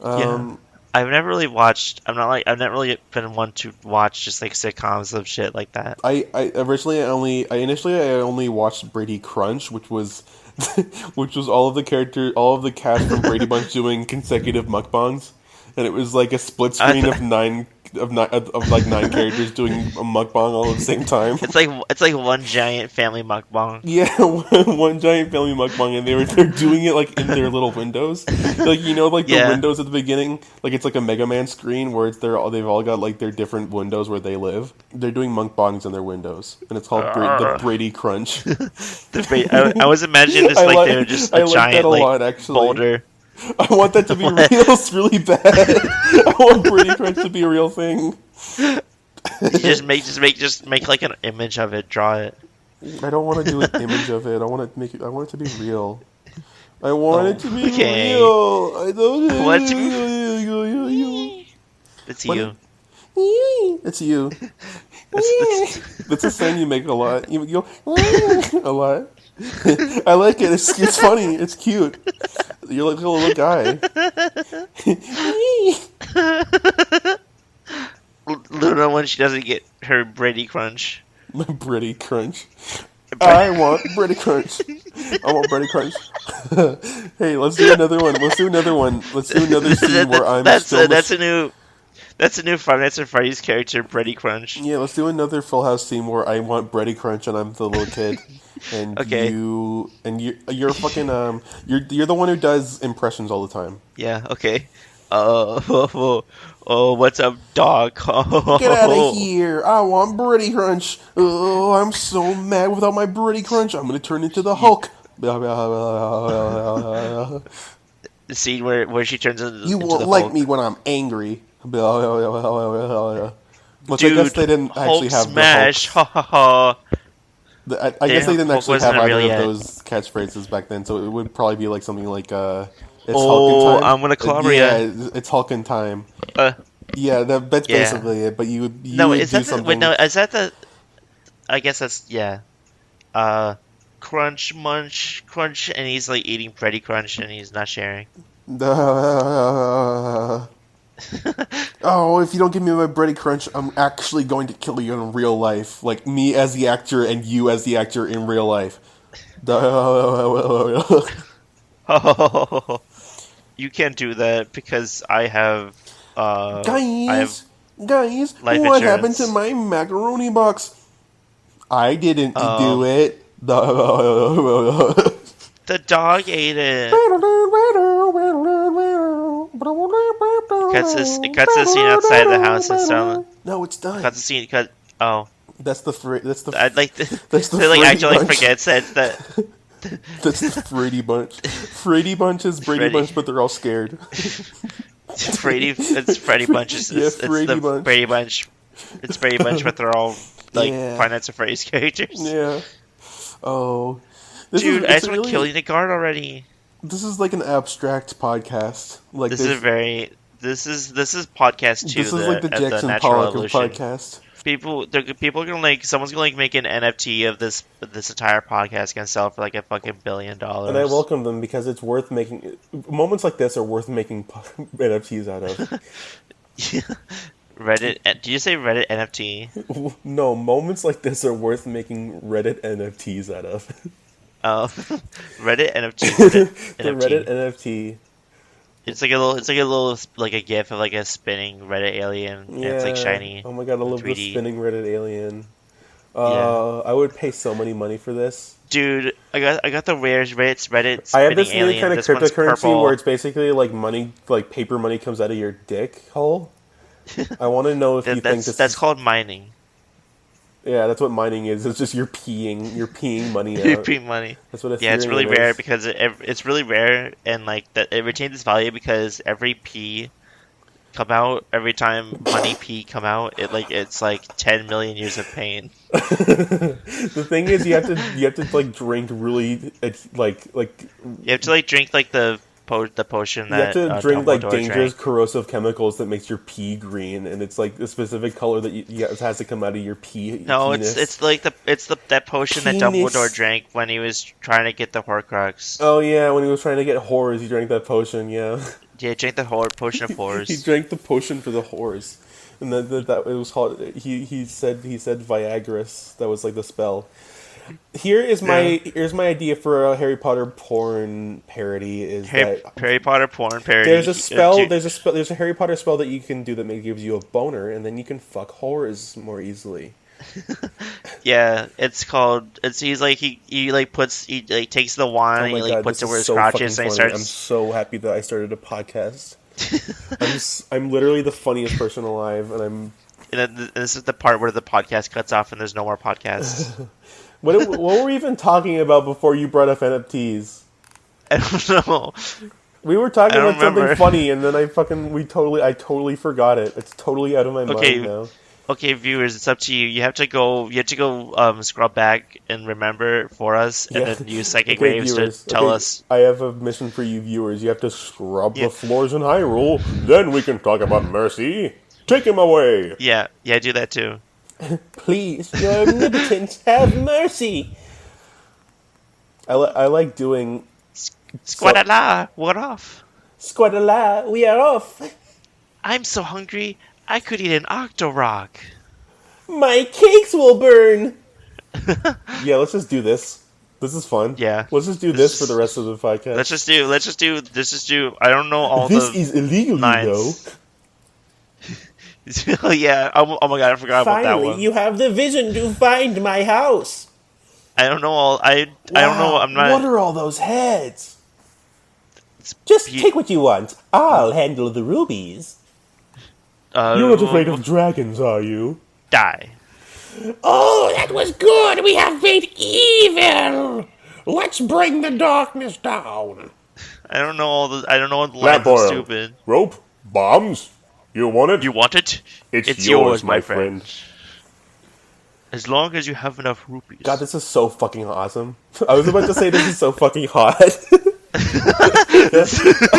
Um,
I've never really watched. I'm not like I've never really been one to watch just like sitcoms of shit like that.
I, I originally I only I initially I only watched Brady Crunch, which was which was all of the character all of the cast from Brady Bunch doing consecutive mukbangs, and it was like a split screen of nine of nine of, of like nine characters doing a mukbang all at the same time.
It's like it's like one giant family mukbang.
Yeah, one one giant family mukbang, and they were they're doing it like in their little windows, like you know, like the
Yeah.
windows at the beginning, like it's like a Mega Man screen where it's they're all they've all got like their different windows where they live. They're doing mukbangs in their windows, and it's called Bra- the Brady Crunch.
The Bra- I, I was imagining this
I
like,
like-
they're just
I
a
like that
giant
a
like
lot, actually.
boulder.
I want that to be real.
What?
It's really bad. I want Brady Crunch to be a real thing.
just make just make just make like an image of it. Draw it.
I don't want to do an image of it. I want to make it. I want it to be real. I want it to be
Okay.
real. I don't.
What? It's
What-
you.
It's you.
It's-
That's a sound you make a lot. You you go a lot. I like it. It's, it's funny. It's cute. You're like a little guy.
L- Luna when she doesn't get her Brady crunch.
My Brady Crunch. I want Brady Crunch. I want Brady Crunch. hey, let's do another one. Let's do another one. Let's do another scene where I'm
that's
still
a, that's
Mich-
a new that's a new Five Nights at Freddy's character, Brady Crunch.
yeah, let's do another Full House scene where I want Brady Crunch and I'm the little kid, and
Okay.
you and you you're fucking um you're you're the one who does impressions all the time.
Yeah. Okay. Uh, oh, oh, oh, what's up, dog?
Get out
Oh.
of here! I want Brady Crunch. Oh, I'm so mad without my Brady Crunch. I'm gonna turn into the Hulk.
The scene where, where she turns into
You
into
won't
the
like
Hulk.
me when I'm angry. Which
Dude,
I guess they didn't
Hulk
actually have
smash.
the
Ha ha ha.
Hulk. I, I guess they
Damn,
didn't
Hulk
actually
wasn't
have
a
either
real
of
yet.
those catchphrases back then, so it would probably be like something like, uh, it's
Oh,
Hulk time. Uh,
I'm gonna clobber
Yeah,
ya.
it's- it's Hulk in time.
Uh,
Yeah, that, that's
Yeah.
basically it, but you would you
no,
would
is
do
that the,
something.
wait, no, is that the? I guess that's yeah. Uh, crunch, munch, crunch, and he's like eating Freddy Crunch, and he's not sharing.
oh, if you don't give me my Brady Crunch, I'm actually going to kill you in real life. Like me as the actor and you as the actor in real life.
Oh, you can't do that because I have. Uh, I have.
guys, guys, what
life
happened to my
insurance.
macaroni box? I didn't
Oh.
do it.
The dog ate it. Cuts this. It cuts the scene outside the house and sound.
No, it's done.
Cuts the scene. Cut. Oh,
That's the fr- that's the
I'd like. To,
That's the
they like
Freddy
actually
Bunch.
forgets that. that
That's the Brady Bunch. Brady Bunch is Brady
Freddy.
Bunch, but they're all scared.
Freddy. It's Freddy Bunch. It's,
Yeah,
it's, it's
Freddy
the
Bunch.
Brady Bunch. It's Brady Bunch, but they're all like
Yeah.
finance of Freddy's characters.
Yeah. Oh. This
Dude,
is,
I
it's
just
a
want to
really-
kill you in the guard already.
This is like an abstract podcast. Like
This
there's-
is a very. This is this is podcast two.
this is
the,
like the
at
Jackson
natural
Pollock of
evolution.
podcast.
people they're, people are gonna like someone's gonna like make an NFT of this this entire podcast gonna sell for like a fucking billion dollars.
And I welcome them because it's worth making. Moments like this are worth making po- NFTs out of.
Reddit. eh, Did you say Reddit NFT?
no, moments like this are worth making Reddit NFTs out of.
Oh, Reddit NFT. Reddit,
the
NFT.
Reddit NFT.
It's like a little. It's like a little sp- like a gif of like a spinning Reddit alien. And
Yeah.
it's like shiny.
Oh my god, I love the
3D.
spinning Reddit alien. Uh, I would pay so many money for this.
Dude, I got I got the rarest Reddit Reddit
I
spinning
have this new
alien.
kind of
this one's
cryptocurrency
purple.
where it's basically like money, like paper money comes out of your dick hole. I want to know if
Th-
you think
that's
this
that's
is-
called mining.
Yeah, that's what mining is. It's just you're peeing, you're peeing money out.
You're paying money.
that's what
Yeah, it's
Ethereum
really rare
is.
because it, ev- it's really rare and like that it retains its value because every p come out every time money p come out it like it's like 10 million years of pain.
the thing is, you have to you have to like drink really it's like like
You have to like drink like the po- the potion
you have
that
to
uh,
drink like
Dumbledore
dangerous
drank.
corrosive chemicals that makes your pee green, and it's like a specific color that you, you it has to come out of your pee.
No,
penis.
it's it's like the it's the that potion
Penis.
that Dumbledore drank when he was trying to get the Horcrux.
oh yeah, when he was trying to get horrors, he drank that potion. Yeah,
Yeah, he drank the whole potion of
he
horrors.
drank the potion for the horrors, and then that, that it was called. He he said he said Viagra's. That was like the spell. Here is my here's my idea for a Harry Potter porn parody. Is
Harry,
that
Harry Potter porn parody.
There's
Uh,
a spell.
dude,
There's a spell. There's a Harry Potter spell that you can do that may gives you a boner, and then you can fuck horrors more easily.
Yeah, it's called. It's he's like he he like puts he like takes the wand and he like puts
Oh this
it where
is
his
so
crotch
fucking
is and he
funny. I'm
starts.
so happy that I started a podcast. I'm, s- I'm literally the funniest person alive, and I'm.
And then th- this is the part where the podcast cuts off and there's no more podcasts.
What, what were we even talking about before you brought up NFTs?
I don't know.
We were talking
I don't
about something
remember.
funny, and then I fucking we totally I totally forgot it. It's totally out of my
Okay.
mind now.
Okay, viewers, it's up to you. You have to go. You have to go um, scroll back and remember for us, and
Yeah.
then use psychic
Okay,
waves
viewers.
to tell
Okay,
us.
I have a mission for you, viewers. You have to scrub
Yeah.
the floors in Hyrule. Then we can talk about mercy. Take him away,
Yeah, yeah, do that too.
please. Your omnipotence, have mercy. I, li- I like doing
Squadala, what off?
Squadala. We are off.
I'm so hungry. I could eat an octorock.
My cakes will burn. yeah, let's just do this. This is fun.
Yeah.
let's just do
This
this for the rest of the podcast.
Let's just do. Let's just do. Let's just do. I don't know all
this
the.
is illegal,
lines.
you know.
oh yeah. Oh, oh my god, I forgot about that one.
have the vision to find my house.
I don't know all. I I don't know.
Wow,
I'm not.
What are all those heads?
It's
Just
be-
take what you want. I'll handle the rubies.
uh,
You're not afraid of dragons, are you?
die.
Oh, that was good. We have made evil. Let's bring the darkness down.
I don't know all the. I don't know what the lines are
boiled.
stupid.
Rope? Bombs? You want it?
You want it?
it's,
As long as you have enough rupees.
God, this is so fucking awesome. I was about to say this is so fucking hot.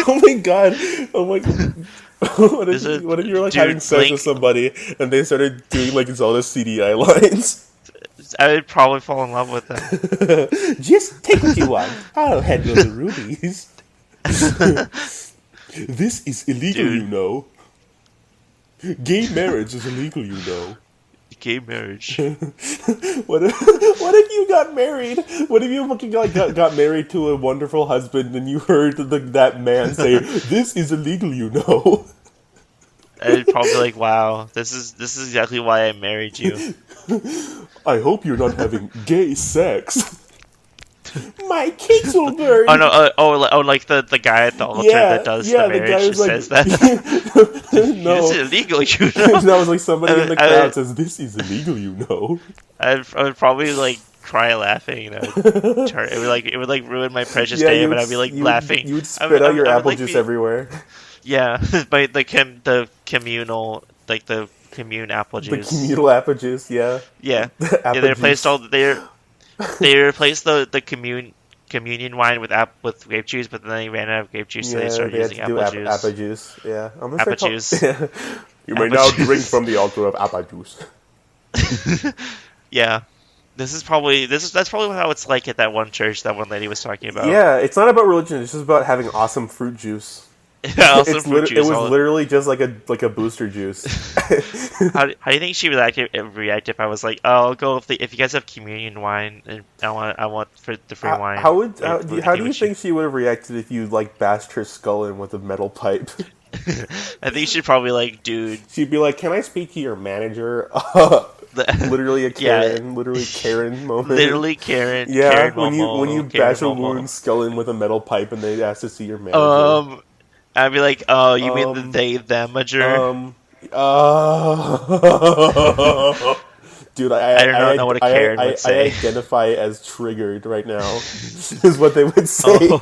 oh my god. Oh my what if,
There's a
what if you were like
dude
having sex
Blink-
with somebody and they started doing like Zelda CDI lines?
I would probably fall in love with them.
Just take what you want. I'll handle the rubies. this is illegal,
Dude.
you know. Gay marriage is illegal, you know.
Gay marriage.
What if, what if you got married? What if you fucking got, got, got married to a wonderful husband and you heard the, that man say, This is illegal, you know?
I'd probably be like, wow, this is this is exactly why I married you.
I hope you're not having gay sex. My cakes will burn.
Oh no! Uh, oh, li- oh, like the, the guy at the altar
yeah,
that does
yeah,
the marriage
guy
who
was like,
says that.
no.
It's illegal, you
that
know.
was like somebody in the
I- I-
crowd says, "This is illegal," you know.
I'd, I would probably like cry laughing. You know, turn, it would like it would like ruin my precious day,
you
but
would-
I'd be like
you would-
laughing.
You would
I
spit
would- I
out
would-
your
I would,
apple
like,
juice
be-
everywhere.
Yeah, but the com- the communal like the commune apple
The
juice.
communal apple juice, yeah.
yeah, yeah,
apple
they replaced
juice.
all they they replaced the the commune communion wine with app with grape juice, but then they ran out of grape juice, so
yeah,
they started using apple
ap-
juice.
apple juice. Yeah, I'm gonna
Apple
start
juice.
you
Apple juice.
the altar of apple juice.
Yeah. This is probably this is that's probably how it's like at that one church that one lady was talking about.
Yeah, it's not about religion. It's just about having awesome fruit juice.
Yeah, also
It's
fruit
lit-
juice.
it was
all-
literally just like a like a booster juice.
how, do- how do you think she would act if, react if I was like, oh, I'll go if, the, if you guys have communion wine, and I want I want for the free
how,
wine.
how would
Like,
how,
what
how do you
would she-
think she would have reacted if you like bashed her skull in with a metal pipe?
I think she'd probably like, dude,
She'd be like, "Can I speak to your manager?"
the,
literally a
Yeah.
Karen, literally Karen moment.
literally Karen.
yeah.
Karen
when you
Momo,
when you
Karen
bash a
Momo.
wound skull in with a metal pipe and they ask to see your manager.
um, I'd be like, oh, you mean the
Um,
they them a
Um, uh, Dude, I, I,
I don't know- know what a
I-
Karen
I-
would
I
say.
identify as triggered right now, is what they would say.
you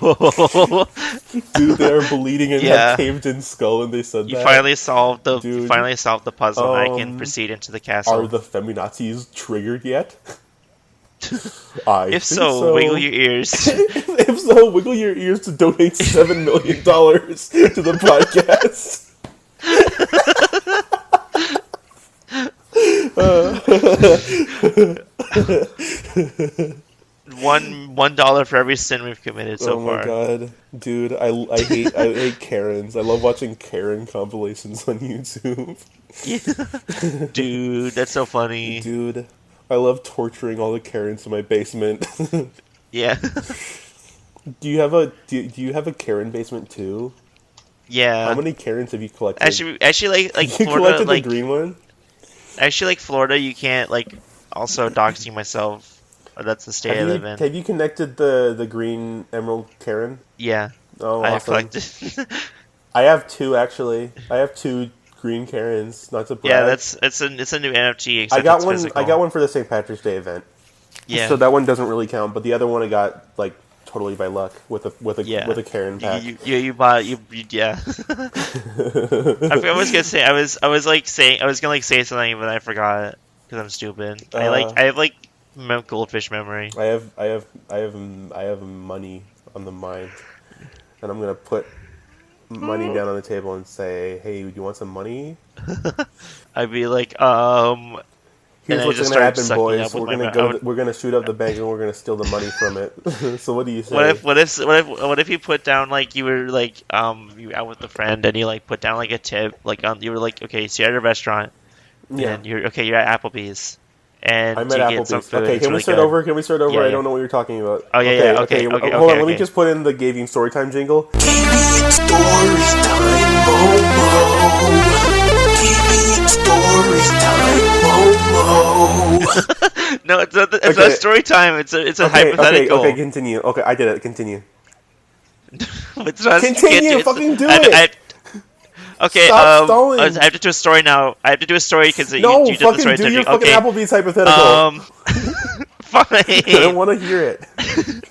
Dude, they are bleeding in
Oh. Yeah.
that caved in skull, and they said that.
finally solved the you
Dude.
finally solved the puzzle. I
Um,
can proceed into the
Are
castle.
the feminazis triggered yet? I think
If so, wiggle your ears.
if so, wiggle your ears to donate seven million dollars to the podcast.
one one dollar for every sin we've committed so
oh
far.
my god, dude! I, I hate I hate Karens. I love watching Karen compilations on YouTube,
Dude, that's so funny.
dude. I love torturing all the Karens in my basement. do
Yeah.
you have a do, do you have a Karen basement too?
yeah.
How many Karens have you collected?
Actually, actually, like like
you
Florida,
collected
like
the green one.
actually, like Florida, you can't like also doxing myself. Oh, That's the state I
Have you,
live in.
have you connected the the green emerald Karen?
yeah,
Oh,
I have
awesome.
collected.
I have two actually. I have two green Karens. Not to brag.
yeah, that's it's a it's a new NFT. Except
I got
it's
one.
Physical.
I got one for the St. Patrick's Day event.
Yeah.
So that one doesn't really count, but the other one I got like totally by luck with a with a
yeah.
with a Karen
You-
pack.
You, you, you bought you, you yeah. I, forgot- I was gonna say I was I was like saying I was gonna like say something but I forgot because I'm stupid. I
Uh.
like I have like mem- goldfish memory.
I have I have I have m- I have money on the mind, and I'm gonna put money down on the table and say, "Hey, do you want some money?
I'd be like um
Here's
I
what's
just
gonna
started
happen,
sucking
boys.
up with
We're
my
gonna
mouth.
go.
I would-
we're gonna shoot up the bank and we're gonna steal the money from it. so what do you say?
What if what if what if what if you put down like you were like um you were out with a friend and you like put down like a tip like on you were like okay so you're at a restaurant
yeah.
and you're okay you're at Applebee's and
I'm
you
at
get
Applebee's.
some food
okay,
it's
can we
really
start
good.
over? Can we start over?
Yeah,
I
yeah.
don't know what you're talking about.
Oh, yeah, yeah, okay, okay,
Hold
okay,
on, let me
okay.
just put in the gaming storytime jingle.
Give it story time, Momo. Give it story time, Momo.
No, it's not, it's
Okay.
not story time. It's a it's a
Okay, okay,
hypothetical.
okay, continue. Okay, I did it. Continue.
It's not- you can't
Continue,
do it.
fucking do
I-
it.
I- okay,
Stop
um,
stalling.
I was- I have to do a story now. I have to do a story because
no,
you, you did the
fucking
story
do
time.
your fucking
okay.
Applebee's hypothetical.
um,
I don't
fine.
want to hear it.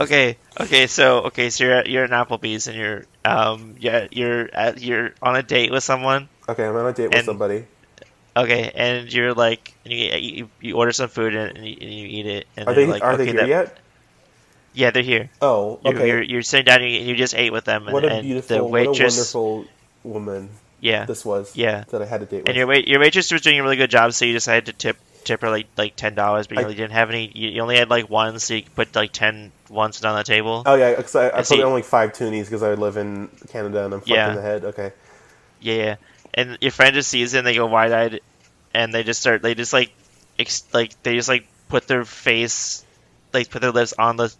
okay, okay. So, okay, so you're at, you're at Applebee's and you're um yeah you're at you're on a date with someone.
Okay, I'm on a date with
And-
somebody.
Okay, and you're like and you you, you order some food and, and, you, and you eat it. And
Are
they're
they
like,
are
okay,
they here
that-
yet?
Yeah, they're here.
Oh,
You're,
okay.
you're, you're sitting down and you, you just ate with them. And,
what a
and the
beautiful, what a
waitress,
wonderful woman
yeah,
this was.
Yeah.
that I had a date with.
and your wait your waitress was doing a really good job, so you decided to tip tip her like like ten dollars, but you
I-
really didn't have any. You, you only had like one, so you could put like ten ones on the table.
oh yeah, 'cause I, I, put
see.
it on like five toonies because I live in Canada and I'm fucked
Yeah.
in the head. Okay,
Yeah, yeah, and your friend just sees it, and they go wide eyed, and they just start they just like ex- like they just like put their face like put their lips on the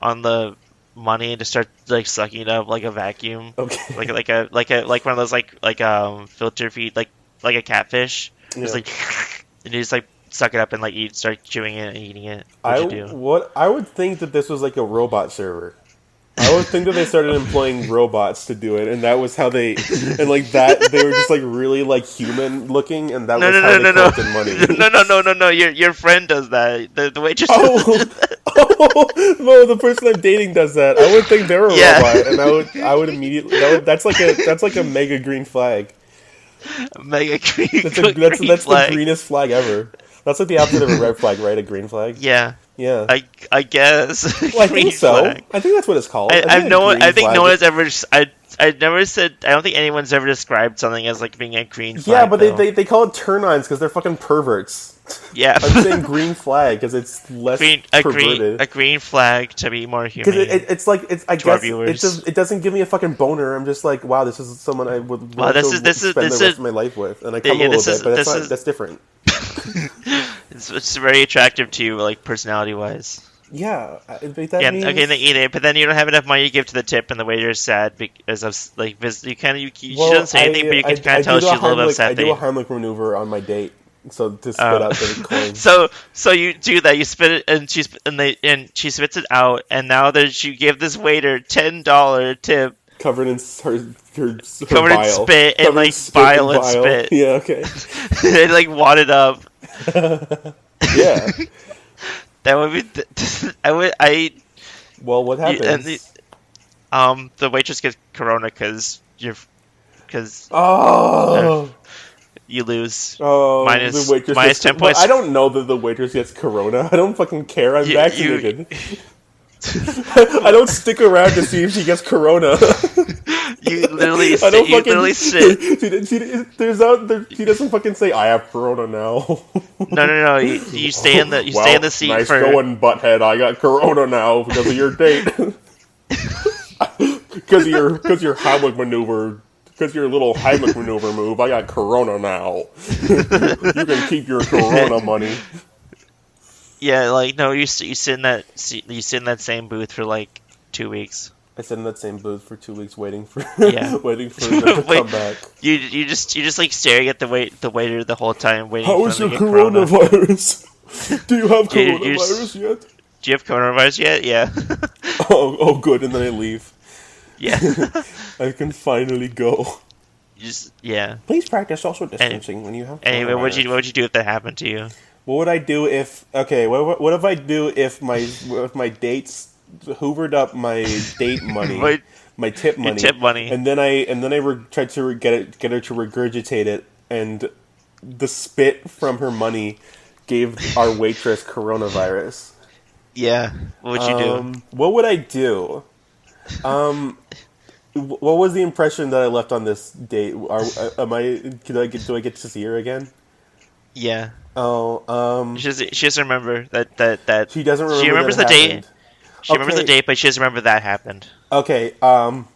on the money and just start like sucking it up like a vacuum,
okay.
like like a like a like one of those like like um filter feet like like a catfish. Just
Yeah.
like and you just like suck it up and like you start chewing it and eating it.
I
What'd you do?
what I would think that this was like a robot server. I would think that they started employing robots to do it, and that was how they and like that they were just like really like human looking, and that
No,
was
no,
how
no,
they
no, no,
collected money.
no, no, no, no, no. Your your friend does that. The, the waitress.
Oh, oh no! The person I'm dating does that. I would think they're a
Yeah.
robot, and I would I would immediately that would, that's like a that's like a mega green flag.
mega green.
That's a, that's
green
that's
flag.
the greenest flag ever. That's like the opposite of a red flag, right? A green flag.
Yeah,
Yeah.
I I guess.
well, I
Green
think so.
flag.
I think that's what it's called.
I,
think
I've
a
no one.
green
I think
flag
no one has ever. s- I I never said. I don't think anyone's ever described something as like being a green flag.
Yeah, but they,
though.
they, they call it turn ons because they're fucking perverts.
yeah.
I'm saying green flag because it's less
green a green a
perverted.
green flag to be more human.
Because it, it, it's like it's I
To our
guess it,
viewers.
does, it doesn't give me a fucking boner. I'm just like, wow, this is someone I would
Wow,
want
this
to
is- this is-
spend
this
the rest
is-
of my life with, and I come
yeah,
a little
this
bit,
is-
but that's
this
not,
is-
that's different.
it's, it's very attractive to you, like personality wise.
Yeah, I- but that
Yeah,
means
okay, they eat it, but then you don't have enough money to give to the tip, and the waiter's sad because of s- like vis- you kind of you, you
well,
she doesn't say
I-
anything, but you
I-
can kind
I
of tell
do
she's a little
Heimlich-
upset.
I
that
do a
you-
Heimlich maneuver on my date, so to spit
Oh.
out the coin.
So so you do that, you spit it, and she sp- and they and she spits it out, and now that you give this waiter ten dollar tip,
covered in s- her, her, her
Covered in
bile.
spit and,
Covered in
like,
spit
bile and spit.
Yeah, okay.
it like wadded up,
yeah.
That would be. Th- I would. I.
Well, what
you- and
happens?
the, um, the waitress gets corona because you're because
oh,
you lose.
oh,
Minus-
the waitress
minus
gets-
10
but
points.
I don't know that the waitress gets corona. I don't fucking care. I'm
You- you-
vaccinated. I don't stick around to see if she gets corona.
You literally.
I don't
sit, you
fucking.
literally sit.
She, didn't- she, didn't- there's not, there, she doesn't fucking say I have corona now.
No, no, no. You, you stay in the. You
Well,
stay in the seat
nice
for.
going, butthead. I got corona now because of your date. Because of your because your Heimlich maneuver, because your little Heimlich maneuver move. I got corona now. you can keep your corona money.
Yeah, like no. You sit. You sit in that. Seat, you sit in that same booth for like two weeks.
I sat in that same booth for two weeks waiting for
Yeah.
waiting for
them to Wait. come
back.
You you just you just like staring at the wait the waiter the whole time waiting.
How
for
is
them
your
to get corona?
coronavirus? Do you have
You- you
coronavirus
s-
yet?
Do you have coronavirus yet? Yeah.
Oh, oh, good. And then I leave.
yeah.
I can finally go.
You just yeah.
Please practice social distancing when you have.
Anyway, what would
coronavirus.
you what would you do if that happened to you?
What would I do if okay? What what, what if I do if my if my dates hoovered up my date money,
What-
my tip money,
tip money.
and then I and then I re- tried to re- get it get her to regurgitate it, and the spit from her money gave our waitress coronavirus.
Yeah. What would you do?
Um, what would I do? Um, wh- what was the impression that I left on this date? Are uh, am I? Can I get? Do I get to see her again?
Yeah.
Oh, um,
She just, she just remember that that that
she doesn't remember.
she remembers
that it
the date.
happened.
She remembers the
Okay.
date, but she doesn't remember that happened.
Okay. Um.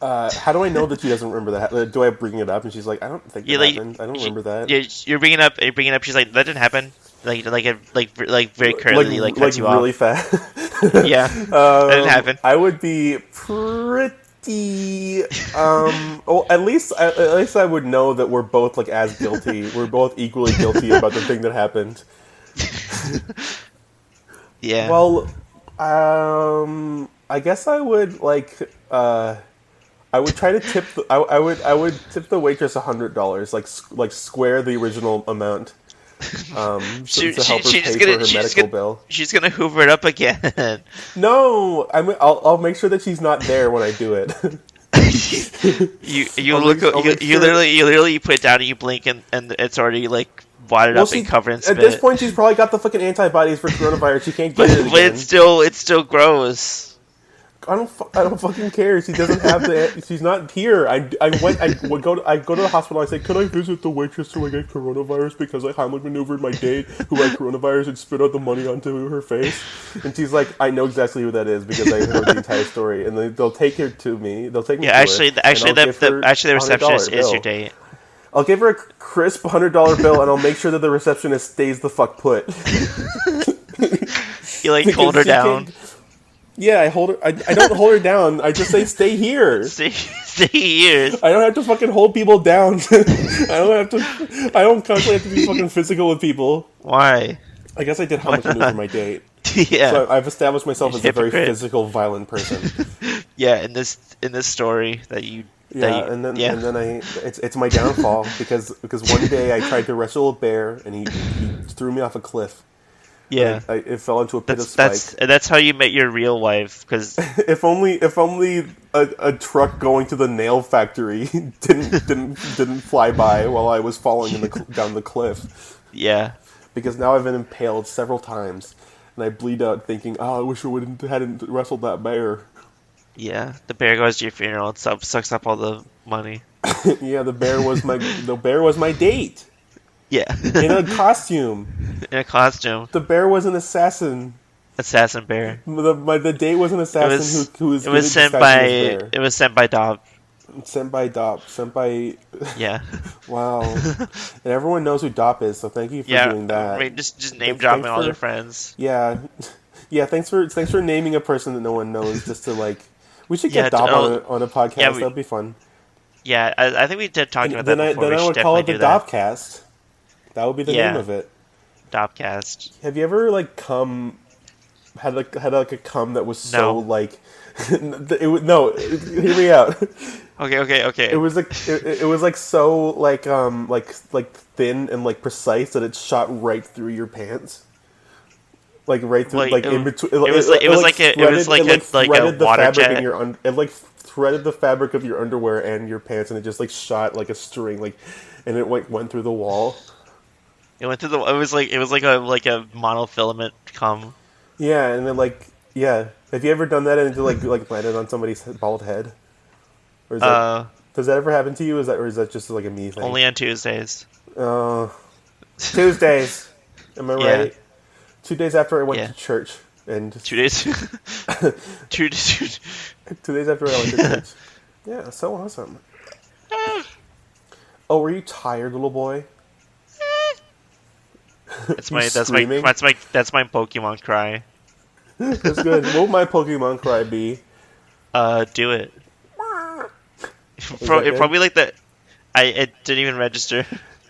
Uh, how do I know that she doesn't remember that? hap- Do I bring it up and she's like, "I don't think
You
that
like
happened. I don't
she-
remember that."
Yeah, you're bringing up you're bringing up. She's like that didn't happen. Like like it- like v- like very currently like, cuts you
really
off.
fast.
Yeah.
um,
didn't happen.
I would be pretty. Um. well, at least at, at least I would know that we're both like as guilty. we're both equally guilty about the thing that happened.
Yeah.
Well, um, I guess I would like. Uh, I would try to tip. The, I, I would. I would tip the waitress hundred dollars, like s- like square the original amount. Um, so-
She-
to
she-
help her
she's
pay
gonna-
for her
she's
medical
gonna-
bill.
she's gonna hoover it up again.
No, I mean, I'll, I'll make sure that she's not there when I do it.
You you
I'll
look
make- I'll
you,
make
you
sure-
literally you literally put it down and you blink and, and it's already like wadded
Well,
up
she-
and covered in spit.
at this point, she's probably got the fucking antibodies for coronavirus. She can't
but,
get it
but
again.
it's still it's still gross.
I don't. fu- I don't fucking care. She doesn't have the. She's not here. I. I went. I would go. To, I go to the hospital. I say, "Can I visit the waitress so I get coronavirus because I Heimlich maneuvered my date who had coronavirus and spit out the money onto her face?" And she's like, "I know exactly who that is because I heard the entire story." And they, they'll take her to me. They'll take me.
Yeah,
to her,
actually
and
the, actually
I'll
the,
give
the
her
actually the receptionist
$100
is your
bill.
date.
I'll give her a crisp hundred dollar bill, and I'll make sure that the receptionist stays the fuck put.
You like hold
Because she
her down.
can't- Yeah, I hold her. I, I don't hold her down. I just say, "Stay here."
Stay stay here.
I don't have to fucking hold people down. I don't have to. I don't constantly have to be fucking physical with people.
Why?
I guess I did how much I knew for my date.
yeah.
So I've established myself as a very
Hypocrite.
physical, violent person.
yeah, in this in this story that you that
Yeah,
you-
and then
yeah.
and then I it's it's my downfall because because one day I tried to wrestle a bear and he, he threw me off a cliff.
yeah.
I, it fell into a pit of
That's
spikes.
that's and that's how you met your real wife because
If only if only a, a truck going to the nail factory didn't didn't didn't fly by while I was falling in the, cl- down the cliff.
yeah
because now I've been impaled several times, and I bleed out thinking, "Oh, I wish I wouldn't hadn't wrestled that bear."
yeah the bear goes to your funeral and stuff sucks up all the money
yeah, the bear was my the bear was my date
yeah
in a costume.
in a costume
The bear was an assassin.
assassin bear
The my, the date was an
it
assassin
was
who, who was
it was
given
sent by
disguise as
it was sent by Dob
bear. sent by Dop sent by
yeah
wow, and everyone knows who Dop is. So thank you for
yeah
doing that.
I mean, just just name
Thanks-
dropping
thanks
all their
for-
friends
Yeah, yeah. Thanks for thanks for naming a person that no one knows just to like. We should
Yeah,
get Dop
oh,
on a, on a podcast.
yeah, we-
That'd be fun.
yeah I, I think we did talk
And
about
then
that
I
before
then
we
I
should
would call it the
definitely do
Dopcast. That would be the
Yeah.
name of it.
that Dobcast
Have you ever like come had like had like a cum that was so
No.
like it, wa- no, it- hear me out.
Okay, okay, okay.
It was like it, it was like so like um like like thin and like precise that it shot right through your pants. Like right through,
Like,
like,
it-
in between.
it was like- it was like a- it was like
threaded-
a- like a
threaded the
water
fabric
jet.
In your un- it like threaded the fabric of your underwear and your pants, and it just like shot like a string, like, and it went went through the wall.
It went through the. It was like it was like a like a monofilament cum.
Yeah, and then like yeah, have you ever done that and it like like landed on somebody's bald head? Or is that,
Uh,
does that ever happen to you? Is that or is that just like a me thing?
only on Tuesdays.
Uh, Tuesdays. Am I
Yeah.
right? Two days after I went
Yeah.
to church, and
Two days. two, two,
two days after I went to church. Yeah, so awesome. Oh, were you tired, little boy?
That's
You
my that's my
screaming?
that's my that's my Pokemon cry.
That's good. what would my Pokemon cry be?
Uh, do it. Pro-
that
it
good?
probably like that. I it didn't even register.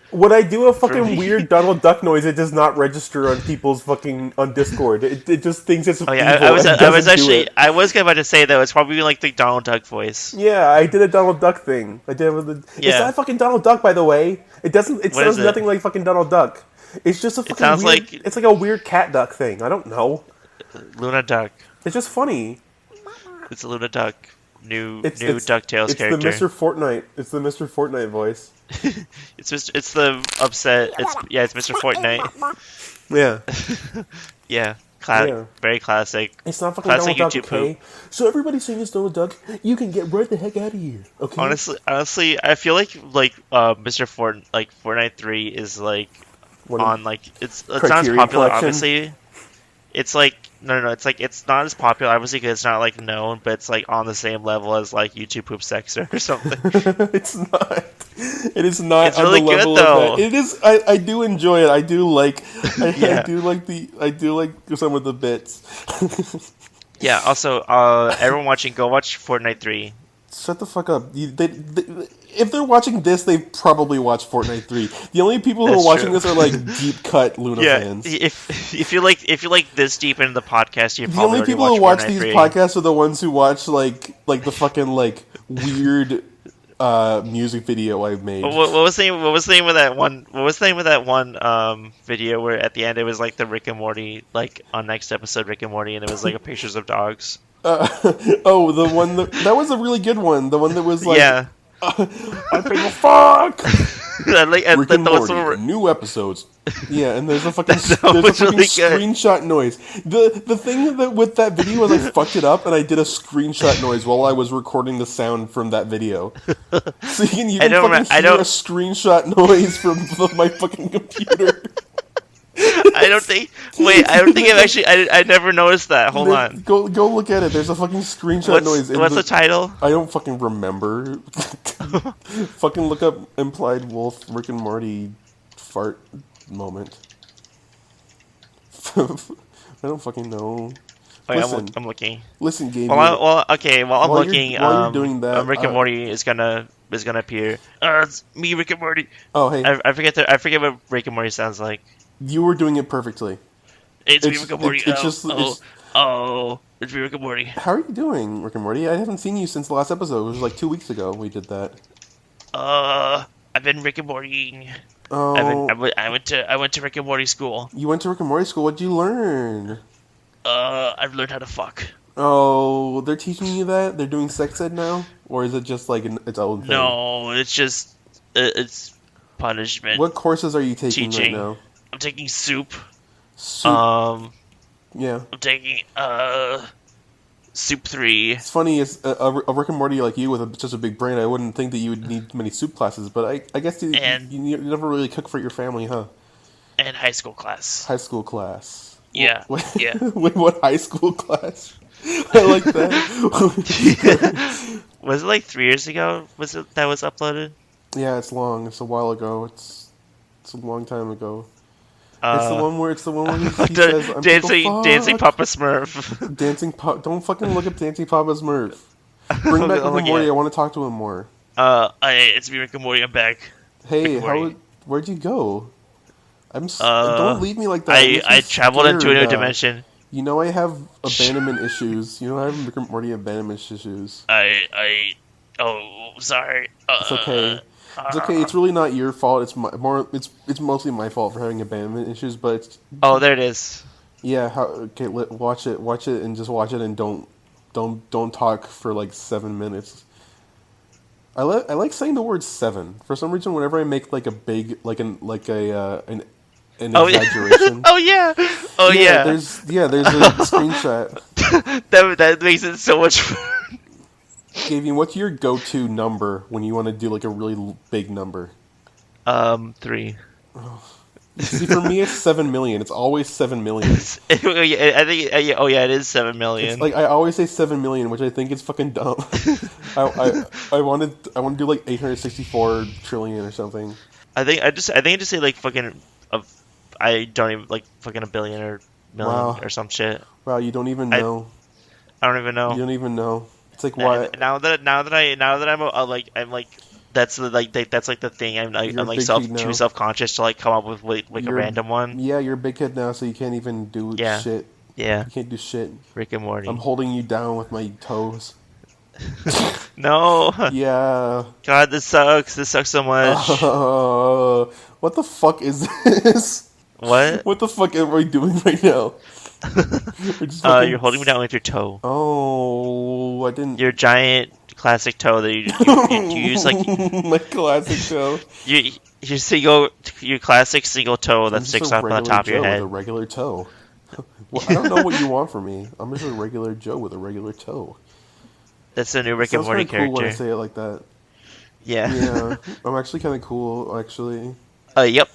When I do a
me.
fucking weird Donald Duck noise, it does not register on people's fucking on Discord. It, it just thinks it's
Oh yeah,
evil
I, I was
and
I was
doesn't do
actually
it.
I was about to say though it's probably like the Donald Duck voice.
Yeah, I did a Donald Duck thing. I did it with the.
Yeah.
It's not fucking Donald Duck, by the way. It doesn't. It
What
sounds
is it?
nothing like fucking Donald Duck. It's just a fucking.
sounds
weird-
like-
it's like a weird cat duck thing. I don't know.
Luna Duck.
It's just funny.
It's Luna Duck. New
It's
new
it's,
Ducktales
It's
character.
the Mr. Fortnite. It's the Mr. Fortnite voice.
It's Mr. It's the upset. It's yeah. It's Mr. Fortnite.
Yeah.
Yeah. Cla-
Yeah.
Very classic.
It's not fucking
Classic
Donald
YouTube
Duck, okay? So everybody's saying it's Donald Duck. You can get right the heck out of here, okay?
Honestly, honestly, I feel like like uh, Mr. Fort like Fortnite Three is like
One of-
on like it's it's not as
Criterion
popular.
Collection?
Obviously, it's like no, no, no, it's like it's not as popular. Obviously, 'cause it's not like known, but it's like on the same level as like YouTube poop sexer or something.
it's not. It is not
It's
on
really
the
good,
level
though.
of that. It is. I, I do enjoy it. I do like. I,
Yeah.
I do like the. I do like some of the bits.
yeah. Also, uh, everyone watching, go watch Fortnite Three.
Shut the fuck up. You, they, they, if they're watching this, they probably watch Fortnite 3. The only people who
That's
are watching
true.
this are like deep cut Luna
Yeah.
fans.
If if you like if you like this deep into the podcast, you
The only
probably already
people who watch
watched Fortnite
these
3.
podcasts are the ones who watch like like the fucking like weird uh, music video I've made.
What, what what was the name, what was the name of that one? What was the name of that one um, video where at the end it was like the Rick and Morty like on next episode Rick and Morty and it was like a pictures of dogs.
oh, the one that that was a really good one. The one that was like,
yeah,
I think the fuck
I like and
Rick
that-
and
that
Morty,
was the one where-
new episodes. Yeah, and there's a fucking
That
there's a
was
fucking
really good.
screenshot noise. The the thing that with that video was I fucked it up and I did a screenshot noise while I was recording the sound from that video. So you can, you
I
can
don't
fucking
remem-
hear
I don't-
a screenshot noise from the, my fucking computer.
I don't think. Wait, I don't think I've actually. I, I never noticed that. Hold
There-
on.
Go go look at it. There's a fucking screenshot
What's,
noise. in
what's the title?
I don't fucking remember. fucking look up implied wolf Rick and Morty fart moment. I don't fucking know.
Wait, I'm,
listen.
look- I'm looking.
Listen, game.
Oh, Well, I, well, okay. While I'm
While you're-
looking,
while you're
um,
doing that,
um, Rick and
uh,
Morty is gonna is gonna appear. Uh, it's me, Rick and Morty.
oh hey,
I, I forget that. I forget what Rick and Morty sounds like.
you were doing it perfectly.
It's, me,
It's-
Rick and Morty.
it's- it's
oh,
just-
oh,
it's-
oh, it's me, Rick and Morty.
How are you doing, Rick and Morty? I haven't seen you since the last episode, which was like two weeks ago. We did that.
Uh, I've been Rick and Morty.
Oh,
I, went, I, went, I went to I went to Rick and Morty school.
you went to Rick and Morty school. What'd you learn?
Uh, I've learned how to fuck.
Oh, they're teaching you that. They're doing sex ed now, or is it just like an, its own thing?
No, it's just it, it's punishment.
What courses are you taking
Teaching.
right now?
I'm taking soup.
Soup.
Um,
yeah.
I'm taking uh soup three.
It's funny, is a, a a Rick and Morty like you with a, such a big brain, I wouldn't think that you would need many soup classes, but I, I guess you,
And-
you, you never really cook for your family, huh?
and high school class.
High school class.
Yeah,
Wait,
yeah.
wait, what high school class? I like that.
Was it like three years ago? Was it that was uploaded?
yeah, it's long. It's a while ago. It's it's a long time ago.
Uh,
it's the one where it's the one where he, he
da-
says, I'm
dancing,
Papa
dancing
Fuck."
Papa Smurf.
Dancing Pop. Don't fucking look up Dancing Papa's Smurf. Bring
I'm
back Rick and
looking
Morty.
at-
I want to talk to him more.
uh, I, it's me, Rick and Morty. I'm back.
Hey,
Rick and
how,
Morty.
where'd you go? I'm s
Uh,
don't leave me like that. It
I
makes me
Uh, I traveled into a
scared
new
now.
dimension.
You know I have abandonment issues. You know I have Rick and Morty abandonment issues.
I I oh sorry. Uh,
It's okay. It's okay. It's really not your fault. It's my, more. It's it's mostly my fault for having abandonment issues. But it's,
Oh, there it is.
yeah, how, okay. Let, watch it. Watch it and just watch it and don't don't don't talk for like seven minutes. I like I like saying the word seven for some reason. Whenever I make like a big like an like a uh, an an
Oh yeah.
exaggeration.
oh yeah. Oh yeah.
There's yeah. There's a screenshot.
that that makes it so much. fun.
Gavin, what's your go-to number when you want to do like a really l- big number?
um, three.
See, for me, it's seven million. It's always seven million.
Oh, yeah, I think. uh, yeah, Oh yeah, it is seven million.
It's like I always say seven million, which I think is fucking dumb. I, I I wanted I want to do like eight hundred sixty-four trillion or something.
I think I just I think I just say like fucking of I don't even like fucking a billion or million
Wow.
or some shit.
Wow, you don't even
I-
know.
I don't even know.
you don't even know. It's like
Now-
why
Now that now that I now that I'm uh, like I'm like that's the, like they, that's like the thing I'm like,
You're a
I'm like
big
self
kid now.
too self conscious to like come up with like, like a
You're-
random one.
Yeah, you're a big kid now, so you can't even do
Yeah. Mm.
shit.
Yeah,
You can't do shit.
Rick and Morty.
I'm holding you down with my toes.
no,
Yeah.
God, this sucks. This sucks so much.
Oh, what the fuck is this?
what?
What the fuck am I doing right now? We're just
Uh,
fucking-
you're holding me down with your toe.
Oh, I didn't.
Your giant classic toe that you you, you, you use like
my classic toe.
you your single your classic single toe that
I'm just
sticks
a
up on the
regular
top of your
Joe
head.
With a regular toe. well, I don't know what you want from me. I'm just a regular Joe with a regular toe.
That's the new Rick and
Sounds
Morty
kinda cool when I
character.
say it like that.
yeah.
Yeah, I'm actually kind of cool, actually.
uh, yep.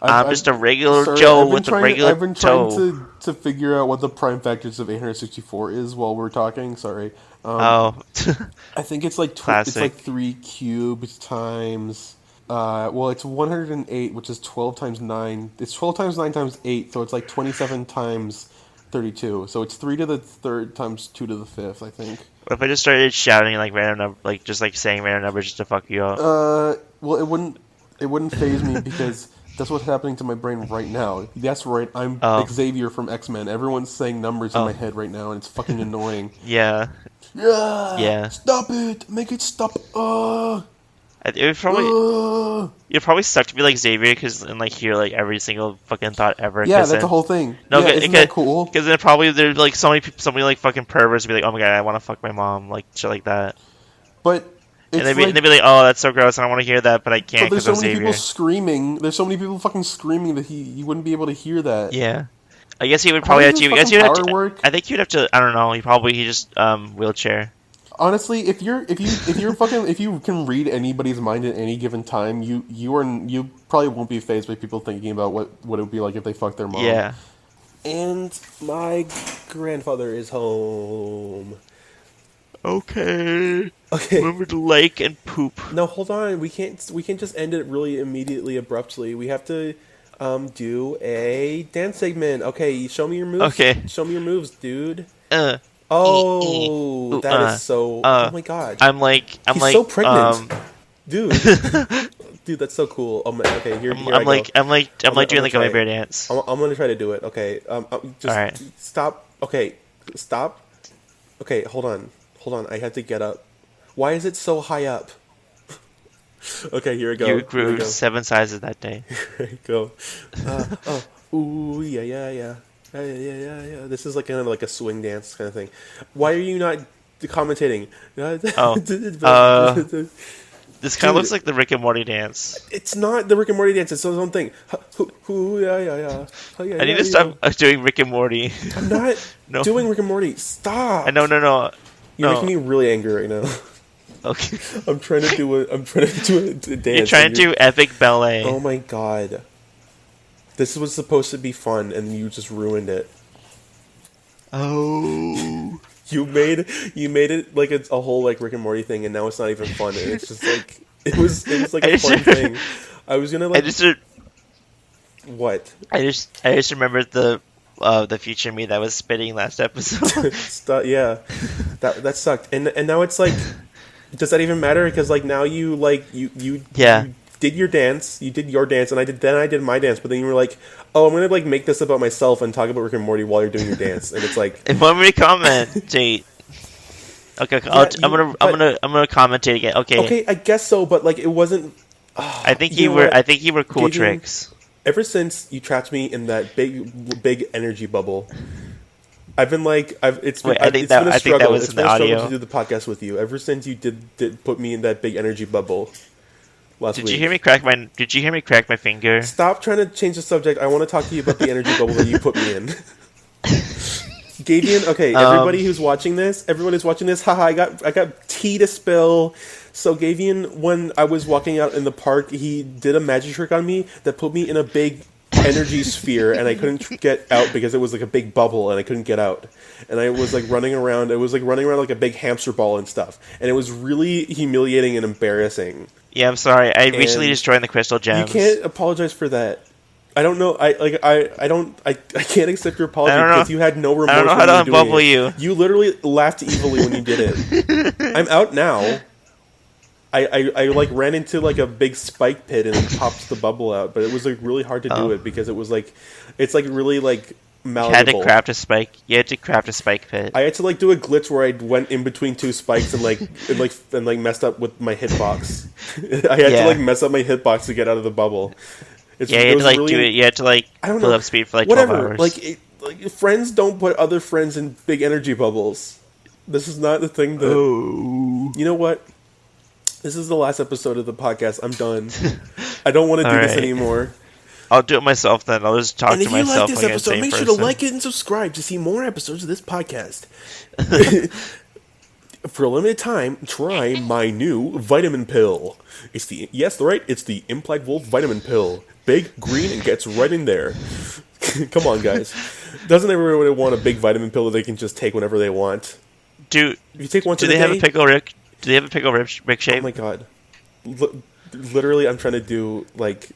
i am just a regular Joe with a regular
I've been
toe.
trying to, to figure out what the prime factors of 864 is while we're talking. Sorry. Um,
Oh,
I think it's like tw- it's
Classic.
like three cubed times. Uh, well, it's 108, which is 12 times nine. It's 12 times nine times eight, so it's like 27 times 32. So it's three to the third times two to the fifth, I think.
what if I just started shouting like random num- like just like saying random numbers just to fuck you up?
Uh, well, it wouldn't it wouldn't phase me because that's what's happening to my brain right now. That's right, I'm
Oh.
Xavier from X Men. Everyone's saying numbers in my head right now, and it's fucking annoying.
yeah,
yeah,
Yeah.
Stop it! Make it stop! Uh,
I- it would probably
uh.
it probably suck to be like Xavier because and like hear like every single fucking thought ever.
Yeah, that's
'cause then,
the whole thing.
No,
yeah,
okay,
isn't
okay.
that cool?
Because then probably there's like so many people, so many like fucking perverts would be like, oh my god, I want to fuck my mom, like shit like that.
But it's
And they'd be,
like,
they'd be like, oh, that's so gross, I don't want to hear that, but I
but
can't
there's
because
so
I'm
many
Xavier.
people screaming. There's so many people fucking screaming that he you wouldn't be able to hear that.
Yeah. I guess he would probably have
does
to. I
the
guess he would
fucking
have to
power work?
I think he would have to. I don't know. He probably he just um wheelchair.
Honestly, if you're if you if you're fucking if you can read anybody's mind at any given time, you you are you probably won't be phased by people thinking about what what it would be like if they fucked their mom.
Yeah.
And my grandfather is home.
Okay.
Okay.
Remember to like and poop.
Now hold on. We can't. We can't just end it really immediately, abruptly. We have to um, do a dance segment. Okay. Show me your moves.
Okay.
Show me your moves, dude.
Uh,
Oh,
Ooh,
that
uh,
is so.
uh,
oh my god,
I'm like I'm
He's
like
so pregnant.
Um,
dude. dude, that's so cool. Oh my. Okay. Here,
I'm,
here I
I'm
go.
like uh,
I'm
I'm like I'm like
gonna-
doing
I'm
like a
gonna
gummy
try
bear dance.
I'm, I'm gonna try to do it. Okay. Um. I'm- just
Alright.
stop. Okay. Stop. Okay. Hold on. Hold on. I have to get up. Why is it so high up? okay. Here we go.
You
Here we
grew
go.
seven sizes that day.
Here we go. Uh, oh. Ooh. Yeah. Yeah. Yeah. Yeah, yeah, yeah, yeah. This is like kind of like a swing dance kind of thing. Why are you not commentating?
Oh, uh, This kind of
Dude.
looks like the Rick and Morty dance.
it's not the Rick and Morty dance. It's its own thing. Huh, hoo, hoo, yeah, yeah, yeah. Huh, yeah,
I need
yeah, yeah.
to stop uh, doing Rick and Morty.
I'm not
No.
doing Rick and Morty. Stop.
I no no no.
You're
no.
making me really angry right now.
okay.
I'm trying to do a. I'm trying to do a, d- dance.
You're trying
and
to do epic ballet.
Oh my god. This was supposed to be fun, and you just ruined it.
Oh.
You made you made it like it's a whole like Rick and Morty thing, and now it's not even fun. And it's just like it was. It was like
I
a fun
just-
thing. I was gonna
I
like
just
what?
I just I just remembered the uh, the future me that was spitting last episode.
Stu- yeah, that that sucked. And and now it's like, does that even matter? Because like now you like you you
Yeah.
you
did your dance, you did your dance, and I did then I did my dance. But then you were like, "Oh, I'm gonna like make this about myself and talk about Rick and Morty while you're doing your dance," and it's like,
If I'm gonna comment, Jade. Okay, okay, I'll,
Yeah,
I'm
you-
gonna
but-
I'm gonna I'm gonna commentate again. Okay,
okay, I guess so, but like it wasn't. Ah,
I think
you
you
know
were
what?
I think you were cool
Giving-
tricks.
ever since you trapped me in that big big energy bubble i've been like i've it's been,
Wait, I
I've-
think
it's
that-
been a
I think that
struggle
was
it's
in
been
the
a struggle
audio.
to do the podcast with you ever since you did, did put me in that big energy bubble last
Did
week
you hear me crack my Did you hear me crack my finger?
stop trying to change the subject i want to talk to you about the energy bubble that you put me in Gabian, okay,
Um,
everybody who's watching this, everyone who's watching this, haha, I got I got tea to spill. So Gavian, when I was walking out in the park, he did a magic trick on me that put me in a big energy sphere, and I couldn't tr- get out because it was like a big bubble, and I couldn't get out. And I was like running around. It was like running around like a big hamster ball and stuff, and it was really humiliating and embarrassing.
Yeah, I'm sorry. I recently
And
destroyed the crystal gems.
You can't apologize for that. I don't know. I like. I. I don't. I. I can't accept your apology
I don't know.
because you had no remorse.
know
when
how
you
to
were doing
unbubble
it.
you.
You literally laughed evilly when you did it. I'm out now. I, I, I like ran into like a big spike pit and it popped the bubble out, but it was like really hard to do
Oh.
it because it was like, it's like really like
You
malleable.
had to craft a spike. You had to craft a spike pit.
I had to like do a glitch where I went in between two spikes and like and like and like messed up with my hitbox. I had
Yeah.
to like mess up my hitbox to get out of the bubble. It's,
yeah, you
it
had
was
to like
really-
do it. You had to like
I don't
build
know.
up speed for like
Whatever.
twelve hours.
Like, it, like friends don't put other friends in big energy bubbles. This is not the thing that.
Oh.
You know what? This is the last episode of the podcast. I'm done. I don't want to do
All
this
right.
anymore.
I'll do it myself then. I'll just talk
And
to
if you
myself
like this
like I'm the
episode,
same
make sure to
person.
like it and subscribe to see more episodes of this podcast. For a limited time, try my new vitamin pill. It's the yes, right. It's the implied wolf vitamin pill. Big, green, and gets right in there. Come on, guys. Doesn't everybody want a big vitamin pill that they can just take whenever they want?
Do
If you take one to
do they
the
have a
day-
pickle rick? Do they have a pickle rick, rick shape?
Oh my god. L- literally, I'm trying to do like.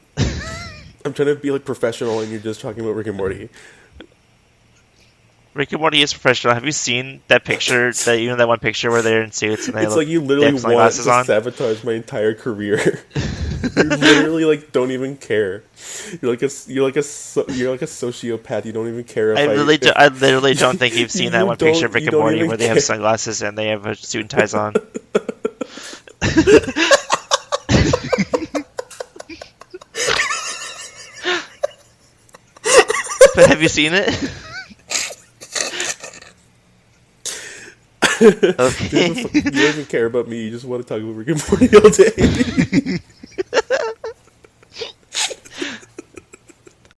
I'm trying to be like professional, and you're just talking about Rick and Morty.
Rick and Morty is professional. Have you seen that picture? That you know that one picture where they're in suits and they
It's
look-
like you
they
literally
have
want
sunglasses
to
on.
sabotage my entire career. you literally like don't even care. You're like a s- you're like a so, you're like a sociopath. You don't even care. If
I
I,
really,
if-
do, I literally don't think you've seen that
You
one picture of
don't-
Rick
you
and
don't
Morty
even
where they have
care.
sunglasses and they have a suit and ties on. but have you seen it?
you don't even care about me. You just want to talk about Rick and Morty all day.